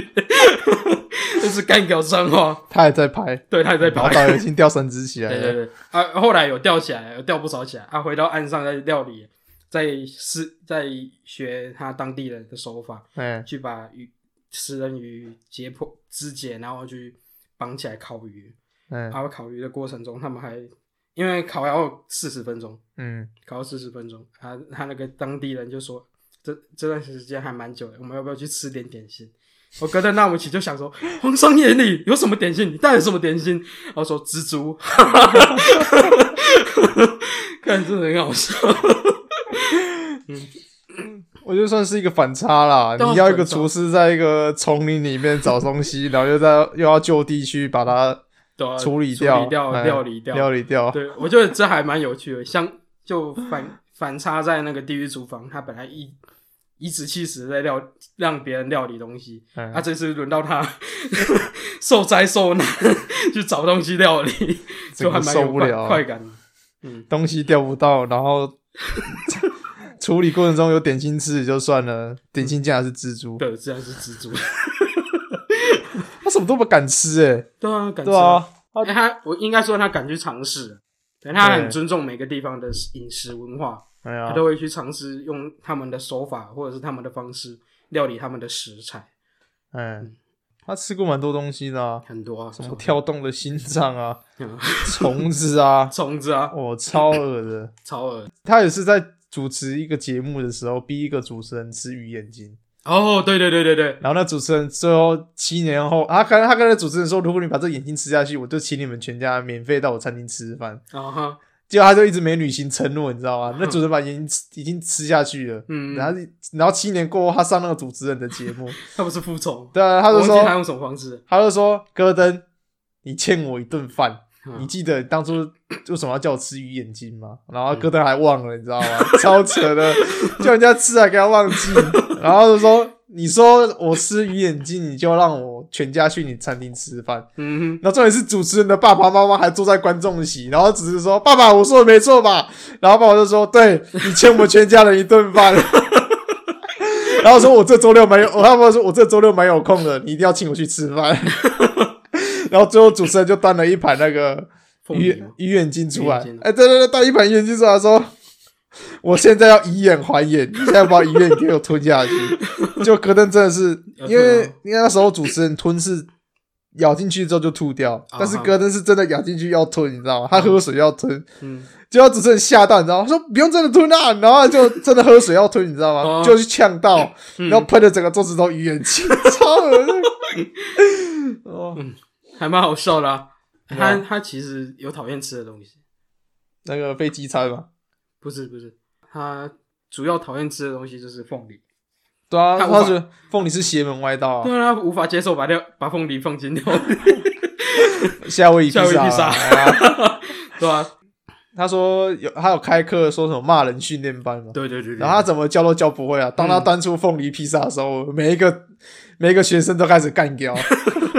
C: 就是干掉脏话，
B: 他也在拍，
C: 对，他也在
B: 然后
C: 拍。
B: 导游已经掉绳子起来
C: 对对
B: 了，
C: 对，啊，后来有钓起来，有钓不少起来，啊，回到岸上再料理，再是再学他当地人的手法，
B: 哎
C: 去把鱼食人鱼解剖肢解，然后去绑起来烤鱼。
B: 哎
C: 然后烤鱼的过程中，他们还因为烤要四十分钟，
B: 嗯
C: 烤要四十分钟，他他那个当地人就说，这这段时间还蛮久的，我们要不要去吃点点心？我哥在那姆奇就想说，皇上眼里有什么点心？你带了什么点心？然后说蜘蛛， 看真的很好笑。
B: 我觉得算是一个反差啦。
C: 对啊
B: 你要一个
C: 反差
B: 厨师在一个丛林里面找东西，然后又在又要就地去把它
C: 对啊
B: 处理
C: 处
B: 掉、
C: 理掉，
B: 哎
C: 料理掉，
B: 料理掉。
C: 对，我觉得这还蛮有趣的，像就反反差在那个地狱厨房，他本来一颐指气使在料让别人料理东西，
B: 嗯
C: 啊，这次轮到他受灾受难去找东西料理，
B: 这
C: 就
B: 个
C: 还蛮有
B: 受不
C: 快
B: 了啊
C: 快感的。嗯，
B: 东西钓不到，然后 处理过程中有点心吃也就算了，点心竟然是蜘蛛，
C: 对，自然是蜘蛛。
B: 他什么都不敢吃哎、
C: 对啊，感
B: 对啊，
C: 哎、他我应该说他敢去尝试，啊对他很
B: 对
C: 尊重每个地方的饮食文化，
B: 哎呀
C: 他，都会去尝试用他们的手法或者是他们的方式料理他们的食材，
B: 哎，他吃过蛮多东西的、啊，
C: 很多啊，
B: 什么跳动的心脏啊，
C: 嗯
B: 虫子啊，
C: 虫子啊，
B: 我、超恶的。
C: 超恶
B: 他也是在主持一个节目的时候，逼一个主持人吃鱼眼睛，
C: 哦，对对对对对，
B: 然后那主持人最后七年后，他跟他跟那主持人说，如果你把这眼睛吃下去，我就请你们全家免费到我餐厅吃饭。
C: 啊哈，
B: 结果他就一直没履行承诺，你知道吗？那主持人把眼睛已经吃下去了，
C: 嗯，
B: 然后然后七年过后，他上那个主持人的节目，
C: 他不是复仇，
B: 对啊，他就
C: 我忘记他
B: 说
C: 用什么方式，
B: 他就说戈登，你欠我一顿饭，
C: 嗯
B: 你记得当初为什么要叫我吃鱼眼睛吗？然后戈登还忘了，你知道吗？ 超扯的，叫人家吃还给他忘记，然后就说你说我吃鱼眼睛，你就让我全家去你餐厅吃饭，
C: 嗯
B: 然后重点是主持人的爸爸妈妈还坐在观众席，然后只是说：“爸爸，我说的没错吧？”然后爸爸就说：“对你欠我们全家人一顿饭。” 然后说：“我这周六没有，我他们说我这周六没有空了，你一定要请我去吃饭。” 然后最后主持人就端了一盘那个
C: 哼，
B: 鱼
C: 凤梨嘛
B: 鱼眼睛出来
C: 鱼眼睛，
B: 哎，对对对，端一盘鱼眼睛出来啊说：“ 我现在要以眼还眼，你现在把鱼眼给我吞下去。”就戈登真的是
C: 要
B: 因
C: 吞
B: 为
C: 啊
B: 因为那时候主持人吞是咬进去之后就吐掉，但是
C: 好
B: 戈登是真的咬进去要吞，你知道吗？他喝水要吞，
C: 嗯，
B: 结果主持人吓到，你知道吗？说不用真的吞啊，然后就真的喝水要吞，你知道吗？
C: 哦
B: 就去呛到，
C: 嗯
B: 然后喷的整个桌子都鱼眼睛，超恶 心。哦，
C: 还蛮好笑的啊、
B: 对
C: 他
B: 啊
C: 他其实有讨厌吃的东西，
B: 那个飞机餐嘛，
C: 不是不是，他主要讨厌吃的东西就是凤梨。
B: 对啊，
C: 他无
B: 他
C: 法
B: 觉得凤梨是邪门歪道啊
C: 对，啊，他无法接受把料把凤梨放进料 理，
B: 夏威夷
C: 夏威夷披萨
B: 萨啊。哎呀
C: 对啊，
B: 他说有，他有开课说什么骂人训练班嘛，
C: 对对对对。
B: 然后他怎么教都教不会啊。当他
C: 嗯
B: 端出凤梨披萨的时候，每一个每一个学生都开始干 掉，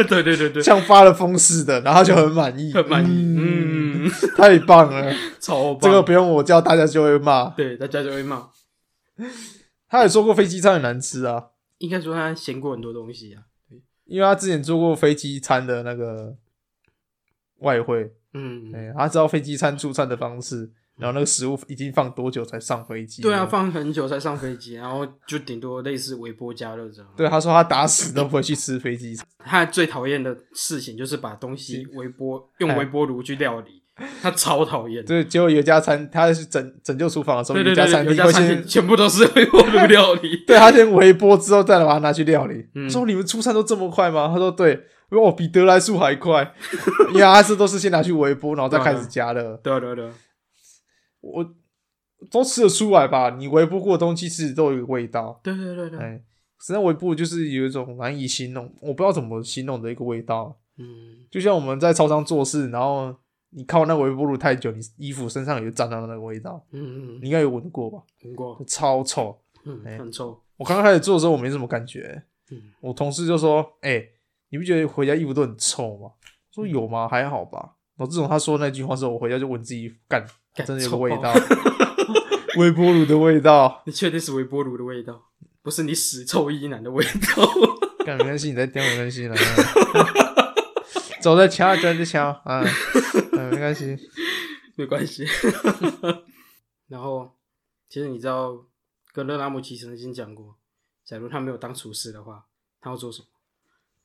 C: 对对对对，
B: 像发了疯似的，然后他就很满意，
C: 很满意，
B: 嗯，
C: 嗯，
B: 太棒了，
C: 超棒。
B: 这个不用我教，大家就会骂。
C: 对大家就会骂，
B: 他也说过飞机餐很难吃啊，
C: 应该说他嫌过很多东西啊。
B: 因为他之前做过飞机餐的那个外汇，
C: 嗯，
B: 哎、他知道飞机餐出餐的方式，然后那个食物已经放多久才上飞机？
C: 对啊，。放很久才上飞机，然后就顶多类似微波加热这样。
B: 对，他说他打死都不会去吃飞机餐。
C: 他最讨厌的事情就是把东西微波
B: 哎
C: 用微波炉去料理，他超讨厌。
B: 对，结果有一家餐，他是拯拯救厨房的时候，
C: 对对
B: 有一
C: 对，
B: 家餐
C: 有一
B: 厅
C: 家
B: 会
C: 餐
B: 先
C: 厅全部都是微波炉料理。
B: 对他先微波之后，再把它拿去料理。
C: 嗯
B: 说你们出餐都这么快吗？他说对，我说哦比德莱素还快，因为他是都是先拿去微波，然后再开始加热。
C: 对啊对啊对啊，
B: 我都吃得出来吧？你微波过的东西其实都有一个味道，
C: 对对对对，
B: 哎，实际上微波就是有一种难以形容，我不知道怎么形容的一个味道。
C: 嗯，
B: 就像我们在超商做事，然后你靠那微波炉太久，你衣服身上也就沾到那个味道，
C: 嗯
B: 你应该有闻过吧？
C: 闻过，
B: 超臭。
C: 嗯，
B: 哎
C: 很臭，
B: 我刚开始做的时候我没什么感觉，
C: 嗯
B: 我同事就说：“哎、你不觉得回家衣服都很臭吗？”我说：“有吗？还好吧。”然后自从他说那句话之后，我回家就闻自己衣服，干，
C: 干
B: 真的有个
C: 臭
B: 味
C: 爆
B: 道， 微波炉的味道。
C: 你确定是微波炉的味道，不是你死臭衣男的味道？
B: 干没关系，你在颠没关 系了。走在墙，走在墙，嗯，嗯，没关系。
C: 没关系。 然后，其实你知道，跟勒拉姆齐曾经讲过，假如他没有当厨师的话，他要做什么？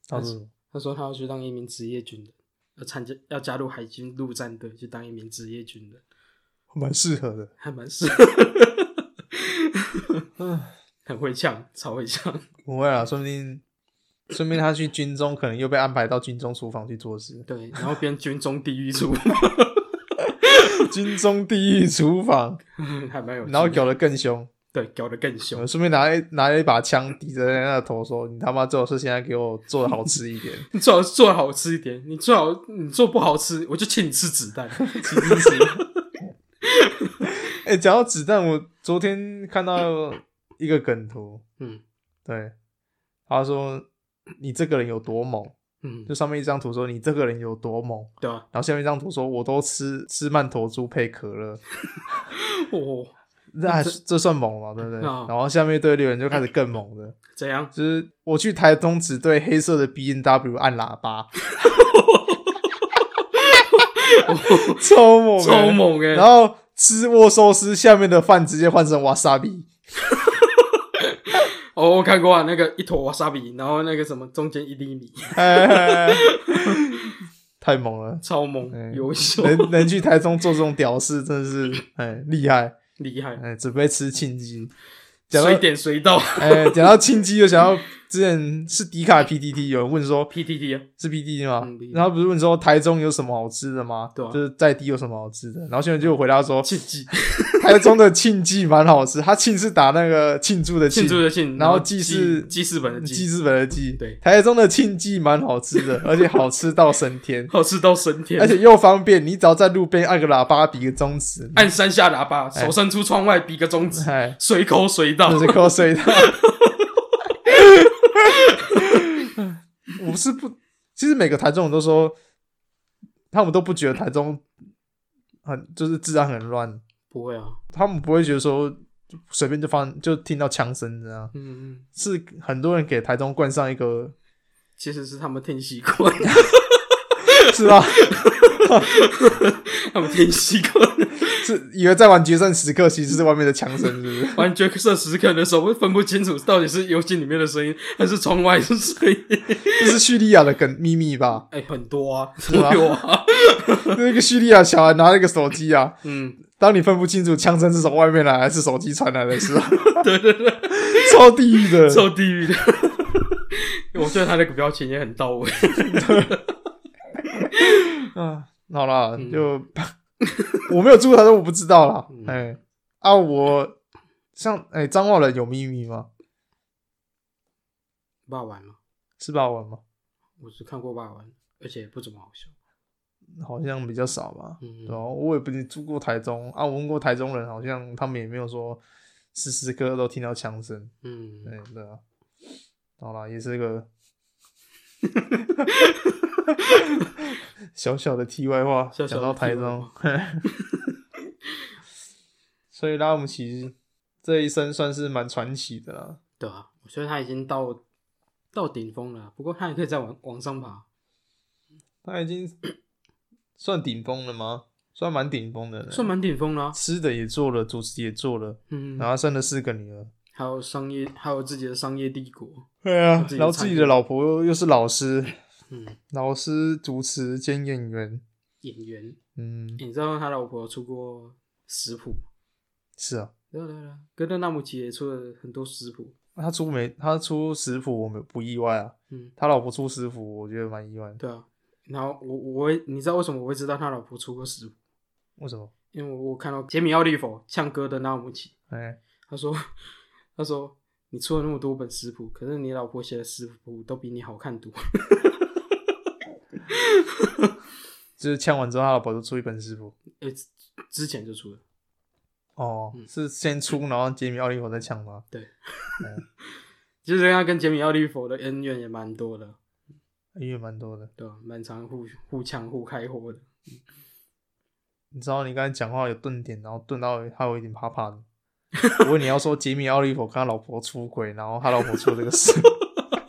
B: 他说
C: 他说他要去当一名职业军人，要参加要加入海军陆战队去当一名职业军人，
B: 蛮适合的，
C: 还蛮适
B: 嗯，
C: 很会呛，超会呛。，
B: 不会啊，说不定，说不定他去军中可能又被安排到军中厨房去做事
C: 对，然后变军中地狱 厨，
B: 军中地狱厨房，
C: 还蛮有趣的。
B: 然后搞得更凶。
C: 对搞得更凶
B: 我，顺便拿一拿一把枪抵着人家的头说：“你他妈最好是现在给我做的好吃一点，
C: 你最好做得好吃一点，你最好你做不好吃，我就请你吃 子弹。
B: 请支持。哎，讲到子弹，我昨天看到一个梗图，
C: 嗯
B: 对，他说：“你这个人有多猛？”
C: 嗯
B: 就，上面一张图说：“你这个人有多猛
C: 对啊，？”
B: 然后下面一张图说：“我都吃吃曼陀珠配可乐，
C: 哦，
B: 那还这算猛吗？对不对？”
C: 哦
B: 然后下面一堆留言就开始更猛的，
C: 怎样？
B: 就是我去台东只对黑色的 B N W 按喇 叭，超猛欸，
C: 超猛哎、
B: 然后吃握寿司下面的饭直接换成瓦萨比，
C: 哦，我看过啊，那个一坨瓦萨比，然后那个什么中间一粒米，
B: 哎太猛 了！
C: 超猛，
B: 嗯
C: 优秀，
B: 能能去台中做这种屌事，真的是哎厉害
C: 厉害，
B: 哎！准备吃庆鸡，讲到
C: 随点随到
B: 哎讲到庆鸡，就想到之前是迪卡 PTT 有人问说
C: PTT 啊，
B: 是 PTT 吗
C: 嗯？PTT
B: 然后不是问说台中有什么好吃的吗？
C: 对啊
B: 就是在地有什么好吃的？然后现在就有回答说
C: 庆记
B: 台中的庆记蛮好吃，他庆是打那个庆祝的
C: 庆
B: 庆
C: 祝的庆，
B: 然后
C: 记
B: 记是
C: 记事本的
B: 记
C: 记，
B: 日本的记，
C: 对，
B: 台中的庆记蛮好吃的，而且好吃到升天
C: 好吃到升天，
B: 而且又方便。你只要在路边按个喇叭，比个中指，
C: 按三下喇叭，手伸出窗外，比个中指，
B: 哎，
C: 随口随到
B: 就，是口水的。我是不，其实每个台中人都说，他们都不觉得台中很就是治安很乱，
C: 不会啊，
B: 他们不会觉得说随便就放就听到枪声这样。
C: 嗯，嗯，
B: 是很多人给台中冠上一个
C: 其实是他们听习惯，
B: 是吧？
C: 他们听习惯了。
B: 是以为在玩决胜时刻，其实是外面的枪声，是不是？
C: 玩角色时刻的时候，会分不清楚到底是游戏里面的声音，还是窗外的声音。
B: 这是叙利亚的梗秘密吧？
C: 哎、很多啊，
B: 吗
C: 都有啊。
B: 那个叙利亚小孩拿那个手机啊，
C: 嗯，
B: 当你分不清楚枪声是从外面来还是手机传来的时候，
C: 对对对，
B: 超地狱的。
C: 受地狱的。 我觉得他那个表情也很到位。
B: 啊，好啦，就我没有住过台中，我不知道啦。
C: 嗯
B: 哎、啊，我像哎，彰化人有秘密吗？
C: 霸王吗？
B: 是霸王吗？
C: 我只看过霸王，而且不怎么好笑。
B: 好像比较少吧。
C: 嗯
B: 然后、我也不住过台中啊，我问过台中人，好像他们也没有说时时刻刻都听到枪声。对
C: 嗯，
B: 对啊，好啦，也是个小小的题外话，
C: 小
B: 讲
C: 小的
B: 到台
C: 题外
B: 中， 所以拉姆齐这一生算是蛮传奇的啦。
C: 对啊，我觉得他已经到到顶峰了，啊不过他也可以再往往上爬，
B: 他已经算顶峰了吗？算蛮顶峰的了，
C: 算蛮顶峰了啊、
B: 吃的也做了，主持也做了，
C: 嗯，
B: 然后生了四个女儿。
C: 还有商业，还有自己的商业帝国。
B: 对啊
C: 自己的
B: 然后
C: 产
B: 自己
C: 业
B: 的老婆又又是老师，
C: 嗯，
B: 老师、主持兼演员，
C: 演员，
B: 嗯，
C: 你知道他老婆出过食谱？
B: 是啊，
C: 对啊对啊对啊，戈登纳姆奇也出了很多食谱。
B: 他出没他出食谱，我们不意外啊。
C: 嗯，
B: 他老婆出食谱，我觉得蛮意外的。
C: 对啊。然后我我会，你知道为什么我会知道他老婆出过食谱？
B: 为什么？
C: 因为我看到杰米奥利弗呛戈登纳姆奇，
B: 哎、
C: 他说 他说你出了那么多本食谱，可是你老婆写的食谱都比你好看多。
B: 就是签完之后，他老婆就出一本食谱。
C: 呃，之之前就出了，
B: 哦，
C: 嗯
B: 是先出，然后杰米奥利弗再抢吗？
C: 其实他跟杰米奥利弗的恩怨也蛮多的，
B: 因为蛮多的。
C: 对吧？蛮常互互呛互开火的。
B: 你知道你刚才讲话有顿点，然后顿到他有一点怕怕的。我问你要说杰米奥利弗跟他老婆出轨，然后他老婆出这个事，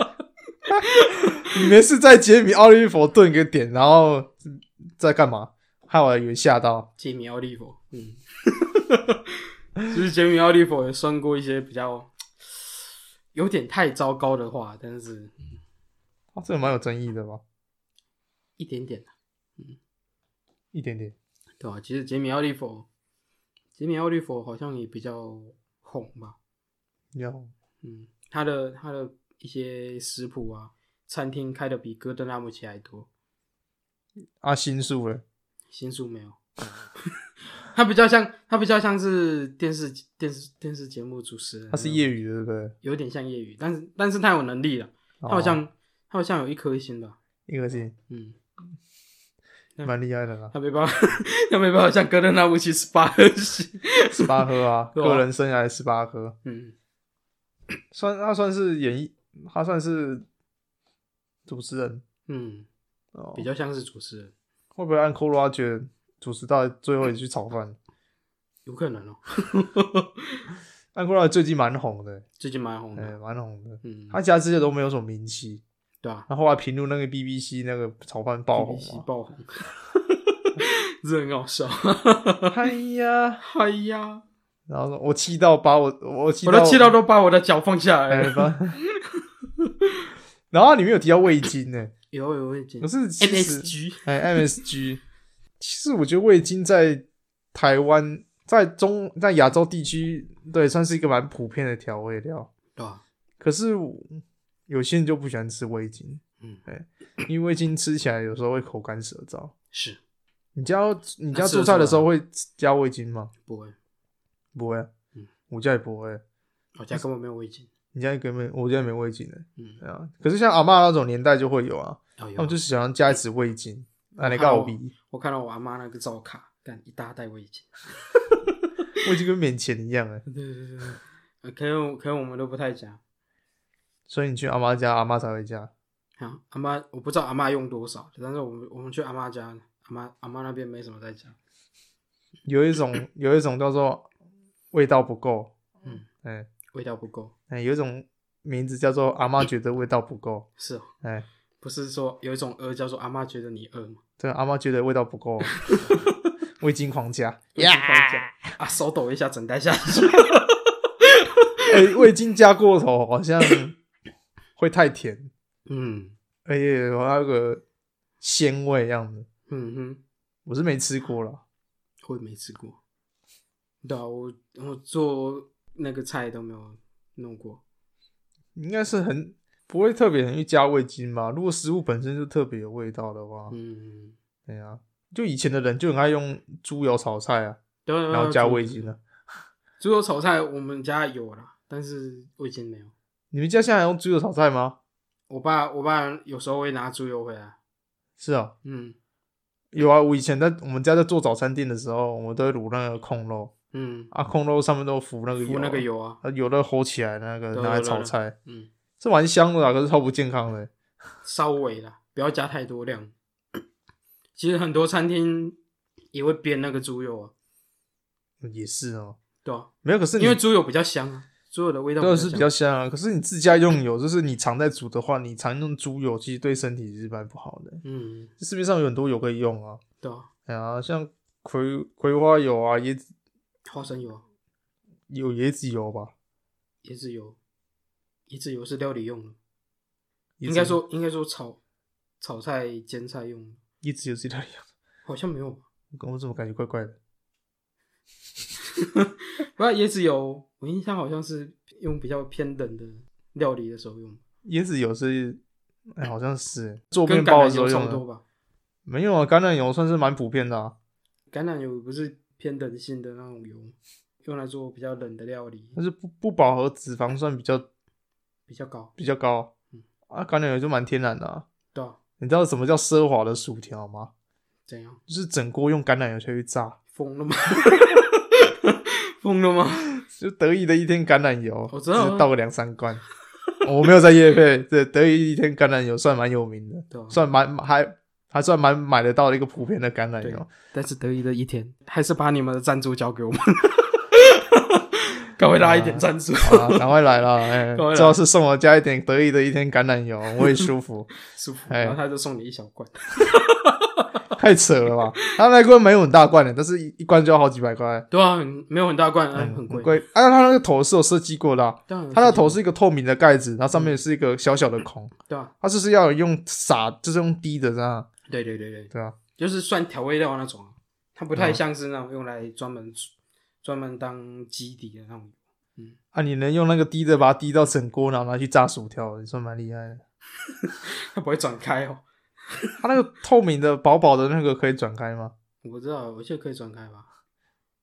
B: 你没事在杰米奥利弗顿一个点，然后在干嘛？害我以为吓到。
C: 杰米奥利弗，嗯， 其实杰米奥利弗也算过一些比较有点太糟糕的话，但是
B: 啊，这个蛮有争议的吧？
C: 一点点啊
B: 一点点。
C: 对吧、其实杰米奥利弗，杰米奥利弗好像也比较红吧，
B: 你好，
C: 嗯，他的他的一些食谱啊，餐厅开的比戈登拉姆齐还多，
B: 阿星数嘞？
C: 新宿没有。嗯 他比较像，他比较像是电视电视电视节目主持人，啊
B: 他是业余的，对不对？
C: 有点像业余，但是但是他有能力了，他
B: 他
C: 好像、他好像有一颗星吧，
B: 一颗星，
C: 嗯，
B: 蛮厉害的 啦。
C: 他没办法，他没办法像戈登拉姆齐十八颗星，
B: 十八颗啊，
C: 对啊
B: 个人生涯十八颗，
C: 嗯，
B: 算他算是演艺，他算是主持人
C: 嗯，
B: 哦
C: 比。较像是主持人，
B: 会不会按 Cool Roger 主持到最后一句炒 饭？
C: 有可能哦、
B: 按 Cool Roger 最近蛮红的，
C: 最近蛮红
B: 哎、
C: 的，
B: 蛮红的。
C: 嗯，
B: 他其他之前都没有什么名气，
C: 对啊
B: 他后来评论那个 BBC 那个炒饭爆红啊
C: ，BBC
B: 嘛。
C: 爆红， 这很好笑，
B: 哎呀，
C: 哎呀，
B: 然后说我气到把我我气
C: 我
B: 到
C: 都气到都把我的脚放下来
B: 哎
C: 了，
B: 把 然后它里面有提到味精呢，
C: 有有味精
B: 可是其实
C: ，MSG，
B: 哎 MSG，其实我觉得味精在台湾在中在亚洲地区对算是一个蛮普遍的调味料。
C: 对啊吧？
B: 可是我有些人就不喜欢吃味精，哎
C: 嗯，
B: 因为味精吃起来有时候会口干舌燥。
C: 是
B: 你家你家
C: 那吃
B: 做
C: 得
B: 菜的
C: 出来
B: 时候会加味精吗？
C: 不会，
B: 不会啊
C: 嗯，
B: 我家也不会。
C: 我家根本没有味精，
B: 你家根本我家也没味精的，
C: 嗯，
B: 对啊。可是像阿嬷那种年代就会有啊，
C: 哦
B: 他
C: 有
B: 们，就是想要加一匙味精，啊，你
C: 看到
B: 告我逼，
C: 我看到我阿妈那个照卡，干一大袋味精，
B: 味精跟免钱一样哎。
C: 对对对对呃，可能我可能我们都不太讲，
B: 所以你去阿妈家，阿妈才会加。
C: 啊，阿妈我不知道阿妈用多少，但是我们我们去阿妈家，阿妈阿妈那边没什么在讲，
B: 有一种有一种叫做味道不够，
C: 嗯，
B: 哎
C: 味道不够，
B: 哎，有一种名字叫做阿妈觉得味道不够，
C: 是哦，
B: 哎。
C: 不是说有一种饿叫做阿妈觉得你饿吗？
B: 对，阿妈觉得味道不够，味精狂加，
C: 味精狂加啊，手抖一下，整袋下去。
B: 哎、味精加过头好像会太甜，
C: 嗯
B: 而且有那个鲜味样子，
C: 嗯哼，
B: 我是没吃过啦。
C: 我也没吃过。对啊，我我做那个菜都没有弄过。
B: 应该是很不会特别很去加味精吧？如果食物本身就特别有味道的话，
C: 嗯，
B: 对啊，就以前的人就很爱用猪油炒菜啊，
C: 对啊，对啊
B: 然后加味精。
C: 对啊
B: 啊。
C: 猪肉炒菜我们家有啦，但是味精没有。
B: 你们家现在还用猪油炒菜吗？
C: 我爸我爸有时候会拿猪油回来。
B: 是啊，
C: 嗯
B: 有啊。我以前在我们家在做早餐店的时候，我们都会卤那个控肉
C: 嗯，
B: 啊，控肉上面都浮那个油啊，
C: 敷那个油啊，
B: 啊，有的齁起来那个
C: 对
B: 拿来
C: 对对
B: 炒
C: 对
B: 菜，
C: 嗯，
B: 是蛮香的啊，可是超不健康的欸。
C: 稍微啦，不要加太多量。 其实很多餐厅也会煸那个猪油啊，
B: 嗯也是哦，
C: 对啊，
B: 没有，可是你
C: 因为猪油比较香啊，猪油的味道
B: 都是比
C: 比
B: 较
C: 较香
B: 香啊。可是你自家用油，就是你常在煮的话，你常用猪油，其实对身体是蛮不好的。
C: 嗯，
B: 市面上有很多油可以用啊，
C: 对啊，
B: 哎呀，像葵葵花油啊，椰子
C: 花生油啊、
B: 有椰子油吧？
C: 椰子油，椰子油是料理用的，
B: 椰
C: 应
B: 子
C: 该说应该说炒炒菜煎菜用的，
B: 椰子油是料理油，
C: 好像没有吧？
B: 我我怎么感觉怪怪的？
C: 不然椰子油，我印象好像是用比较偏冷的料理的时候用，
B: 椰子油是，哎，好像是做
C: 跟
B: 面
C: 橄
B: 包的
C: 榄
B: 时
C: 油
B: 候
C: 差
B: 用
C: 不多
B: 的。
C: 吧？
B: 没有啊，橄榄油算是蛮普遍的啊，
C: 橄榄油不是偏冷性的那种油，用来做比较冷的料理
B: 但是不不饱和脂肪算比较
C: 比较高，
B: 比较高
C: 嗯。
B: 啊，橄榄油就蛮天然的、啊。
C: 对啊，
B: 你知道什么叫奢华的薯条吗？
C: 怎样？
B: 就是整锅用橄榄油下去炸，
C: 疯了吗？ 疯了吗？
B: 就得意的一天橄榄油，
C: 我知道啊
B: 只是倒个两三罐。我没有在夜配，对，得意的一天橄榄油算蛮有名的，
C: 对啊，
B: 算蛮还还算蛮买得到的一个普遍的橄榄
C: 对
B: 油。
C: 但是得意的一天，还是把你们的赞助交给 我们，赶快拉一点赞助，
B: 好啦，赶快来 了，哎、
C: 赶快来
B: 最好是送我加一点得意的一天橄榄油，我也舒 服。
C: 舒服。
B: 哎
C: 然后他就送你一小罐，
B: 太扯了吧？他那罐没有很大罐的，但是一一罐就要好几百块，
C: 对啊，很没有很大罐，哎
B: 嗯，很
C: 很贵。嗯
B: 贵。啊，他那个头是有设计过的啊、
C: 当然有
B: 它的
C: 自己
B: 头是一个透明的盖子，然后上面是一个小小的孔，
C: 对啊，
B: 它就是要用撒，就是用滴的这样，
C: 对对对对，
B: 对啊，
C: 就是算调味料那种啊，它不太
B: 嗯
C: 像是那种用来专门专门当基底的那种。
B: 啊，你能用那个滴的把它滴到整锅，然后拿去炸薯条，你算蛮厉害的。
C: 它不会转开哦，
B: 它那个透明的薄薄的那个可以转开吗？
C: 我不知道，我记得可以转开吧？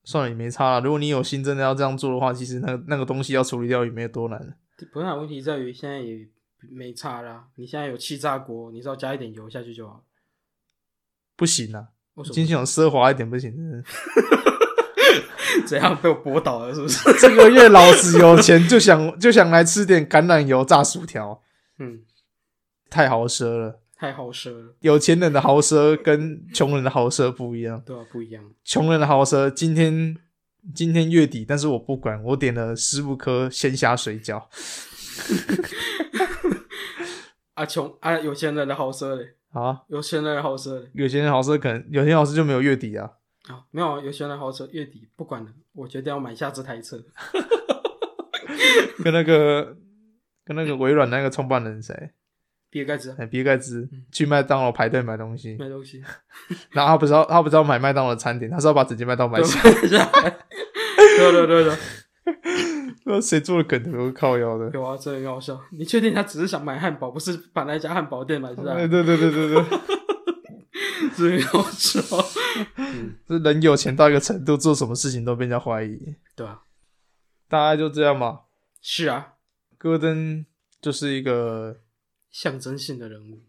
B: 算了，也没差了。如果你有心真的要这样做的话，其实那个那个东西要处理掉也没有多难。
C: 不是啊，问题在于现在也没差啦，你现在有气炸锅，你只要加一点油下去就好了。
B: 不行啊，
C: 为什
B: 金
C: 么？
B: 星有奢华一点不行。真的
C: 怎样被我驳倒了？是不是？
B: 这个月老子有钱，就想 就想来吃点橄榄油炸薯条，
C: 嗯，
B: 太豪奢了。
C: 太豪奢了，
B: 有钱人的豪奢跟穷人的豪奢不一样。
C: 对啊，不一样。
B: 穷人的豪奢，今天今天月底，但是我不管，我点了十五颗鲜虾水饺
C: 啊穷啊，有钱人的豪奢嘞，
B: 啊。
C: 有钱人的豪奢嘞。
B: 有些人豪奢可能，有些人豪奢就没有月底啊。
C: 啊，没有啊，有钱人的豪奢，月底不管了，我决定要买下这台车。
B: 跟那个跟那个微软那个创办人谁，
C: 比尔盖茨啊
B: 哎比尔盖茨
C: 嗯
B: 去麦当劳排队买东西，
C: 买东西，
B: 然后他不知道他不知道买麦当劳的餐点，他是要把整间麦当劳买
C: 对
B: 下。
C: 吧 对对对对，
B: 来。谁做的梗都有靠腰的。
C: 有啊，这很好笑。你确定他只是想买汉堡，不是把那家汉堡店买下
B: 对
C: 来？
B: 哎对对对对 对，
C: 这很好笑。
B: 这人有钱到一个程度，做什么事情都被人家怀疑。
C: 对啊，
B: 大概就这样吧。
C: 是啊，
B: 戈登就是一个
C: 象征性的人物，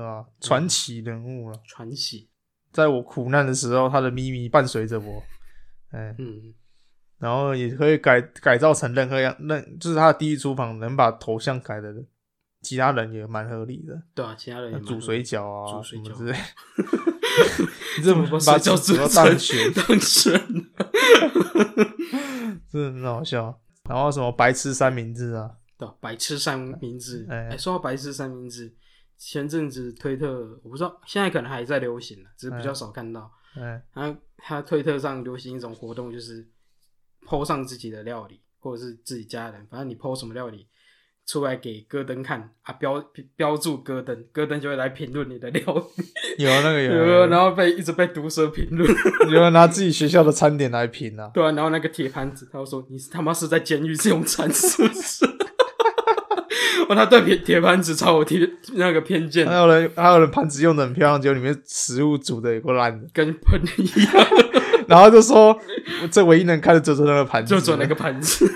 B: 啊传奇人物了。
C: 传奇。
B: 在我苦难的时候，他的咪咪伴随着我，哎，
C: 嗯，
B: 然后也可以改改造成任何样，任就是他的地狱厨房能把头像改的，其他人也蛮合理的，
C: 对啊，其他人也蛮
B: 煮 水饺啊，
C: 煮水饺
B: 什么之 类。 你怎么
C: 把
B: 把
C: 水饺
B: 煮
C: 煮
B: 到
C: 成
B: 蛋卷，
C: 当真的，
B: 真的很好笑。然后什么白痴三明治啊，
C: 对啊，白痴三明治。
B: 哎
C: 哎、说到白痴三啊明治，前阵子推特我不知道，现在可能还在流行呢，只是比较少看到。
B: 哎，
C: 他他推特上流行一种活动，就是 PO 上自己的料理，或者是自己家人，反正你 PO 什么料理出来给戈登看啊，标标注戈登，戈登就会来评论你的料理，
B: 有那个有
C: 有没
B: 有
C: 有 然后被一直被毒舌评论，
B: 有有人拿自己学校的餐点来评啊，
C: 对啊，然后那个铁盘子，他就说你他妈是在监狱是用餐是不是？哦，他对铁铁盘子超有偏那个偏见
B: 还，有人还有人盘子用的很漂亮，结果里面食物煮的也够烂的，
C: 跟喷一样，
B: 然后就说这唯一能看的就是那个盘子，
C: 就准那个盘子，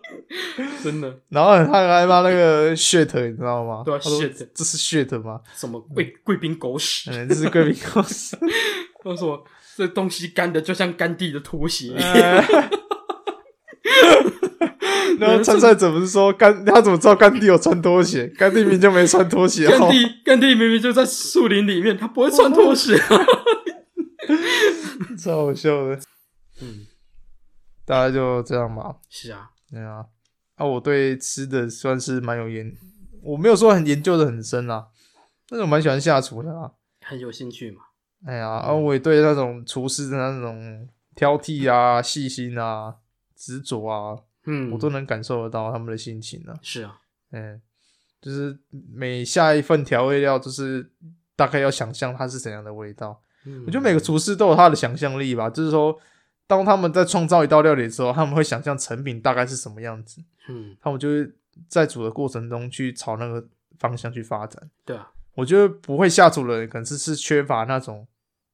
C: 真的
B: 然后他很害怕那个 shit，你知道吗？
C: 对啊
B: 他说
C: shit
B: 这是 shit 吗？
C: 什么贵贵宾狗屎。
B: 嗯，这是贵宾公司。
C: 他说这东西干的就像甘地的拖鞋，
B: 呃然后参赛者不是说甘，他怎么知道甘地有穿拖鞋？甘地明明就没穿拖鞋
C: 甘
B: 哦。
C: 地甘地明明就在树林里面，他不会穿拖鞋。啊
B: 哦超好笑的。
C: 嗯，
B: 大家就这样吧。
C: 是啊，
B: 对啊，啊，我对吃的算是蛮有研，我没有说很研究的很深啊，但是我蛮喜欢下厨的啊。
C: 很有兴趣嘛。
B: 哎呀，啊，
C: 嗯
B: 我也对那种厨师的那种挑剔啊、细心啊、执着啊，
C: 嗯，
B: 我都能感受得到他们的心情啊。
C: 是啊，
B: 嗯，就是每下一份调味料，就是大概要想象它是怎样的味道。
C: 嗯
B: 我觉得每个厨师都有他的想象力吧，就是说，当他们在创造一道料理之后，他们会想象成品大概是什么样子，
C: 嗯，
B: 他们就会在煮的过程中去朝那个方向去发展。
C: 对啊，
B: 我觉得不会下厨的人，可能是是缺乏那种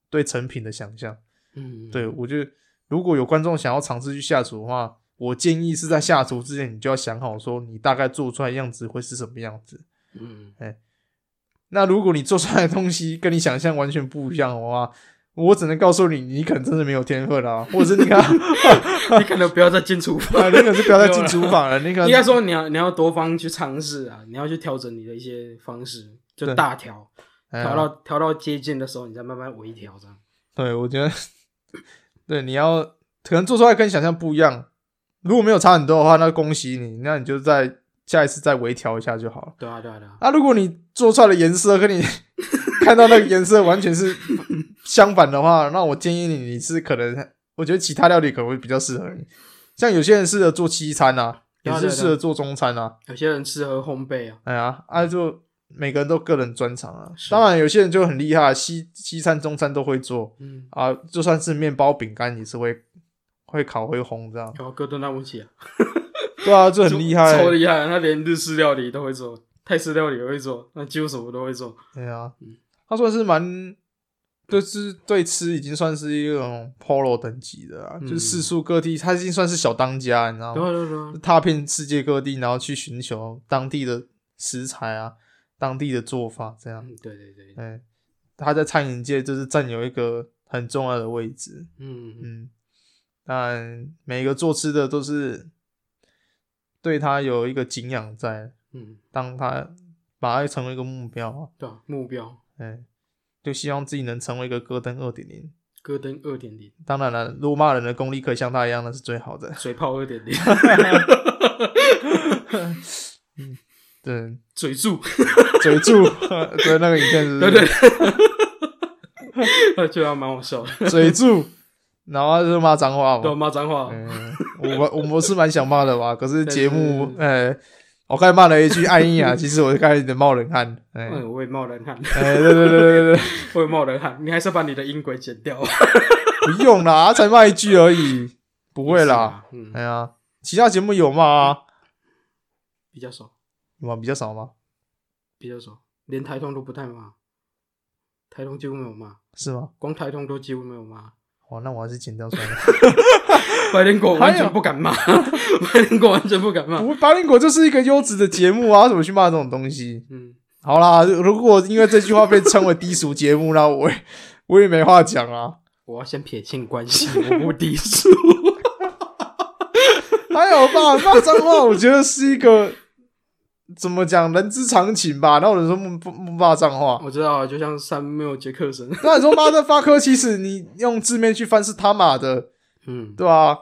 B: 对成品的想象。
C: 嗯，
B: 对我觉得，如果有观众想要尝试去下厨的话，我建议是在下厨之前，你就要想好说你大概做出来的样子会是什么样子。
C: 嗯，
B: 那如果你做出来的东西跟你想象完全不一样的话，我只能告诉你，你可能真的没有天分啊，或者是你 看，
C: 你可能不要再进 厨房。
B: 啊你可能是不要再进厨房了，你可
C: 应该
B: 能
C: 说你要你要多方去尝试啊，你要去调整你的一些方式，就
B: 对
C: 大调
B: 哎呀
C: 调到调到接近的时候，你再慢慢微调这样。
B: 对，我觉得， 对，你要可能做出来跟想象不一样，如果没有差很多的话，那恭喜你，那你就再下一次再微调一下就好了。
C: 对啊，对啊，对啊，
B: 啊，如果你做出来的颜色跟你 看到那个颜色完全是相反的话，那我建议你，你是可能，我觉得其他料理可能会比较适合你。像有些人适合做西餐啊，
C: 对啊
B: 也是
C: 对啊对啊
B: 适合做中餐啊，
C: 有些人适合烘焙啊，
B: 哎呀，啊就每个人都个人专长啊。
C: 是
B: 当然，有些人就很厉害，西西餐、中餐都会做
C: 嗯，
B: 啊，就算是面包、饼干也是会会烤会烘这样。
C: 然后戈登那武器啊，
B: 对啊，就很厉害，
C: 超厉害！他连日式料理都会做，泰式料理也会做，那几乎什么都会做。
B: 对啊
C: 嗯，
B: 他算是蛮，就是对吃已经算是一种 polo 等级的啊，
C: 嗯
B: 就是四处各地，他已经算是小当家，你知道
C: 对
B: 吗？
C: 啊对啊对啊，
B: 踏遍世界各地，然后去寻求当地的食材啊，当地的做法，这样，
C: 嗯，对对对，
B: 哎，他在餐饮界就是占有一个很重要的位置，
C: 嗯，
B: 嗯，但每个做吃的都是对他有一个敬仰在，
C: 嗯，
B: 当他把它成为一个目标啊。
C: 对啊，目标
B: 哎，就希望自己能成为一个戈登二点零。
C: 戈登二点零，
B: 当然了，如果骂人的功力可以像他一样，那是最好的。
C: 嘴炮二点零，
B: 对，
C: 嘴柱，
B: 嘴柱，对那个影片是不
C: 对
B: 是
C: 对， 对觉得还蛮好笑的，
B: 嘴柱，然后就是骂脏话
C: 对啊，
B: 嘛。
C: 骂脏话，
B: 嗯，我我我是蛮想骂的吧，可是节目，
C: 但
B: 哎，我刚才骂了一句艾尼亚，其实我刚才有点冒冷汗。哎，
C: 嗯，我也冒冷汗，
B: 哎，对对对对对对，
C: 我也冒冷汗，你还是把你的音轨剪掉，啊
B: 不用啦，才骂一句而已， 不 会啦。
C: 是啊，嗯，
B: 哎呀，其他节目有骂啊，
C: 比较少，
B: 有吗？比较少吗？
C: 比较少，连台通都不太骂，台通几乎没有骂，
B: 是吗？
C: 光台通都几乎没有骂。
B: 哦，那我还是剪掉算 了。
C: 白灵果完全不敢骂， 白灵果完全不敢骂。
B: 我八零果就是一个优质的节目啊，怎么去骂这种东西？
C: 嗯，
B: 好啦，如果因为这句话被称为低俗节目，那我 也我也没话讲啊。
C: 我要先撇清关系，我不低俗。
B: 还有吧，骂脏话，我觉得是一个怎么讲人之常情吧。那有人说不不不骂脏话，
C: 我知道，啊就像山缪杰克森，
B: 那你说妈的发科，其实你用字面去翻是他妈的，
C: 嗯，
B: 对吧、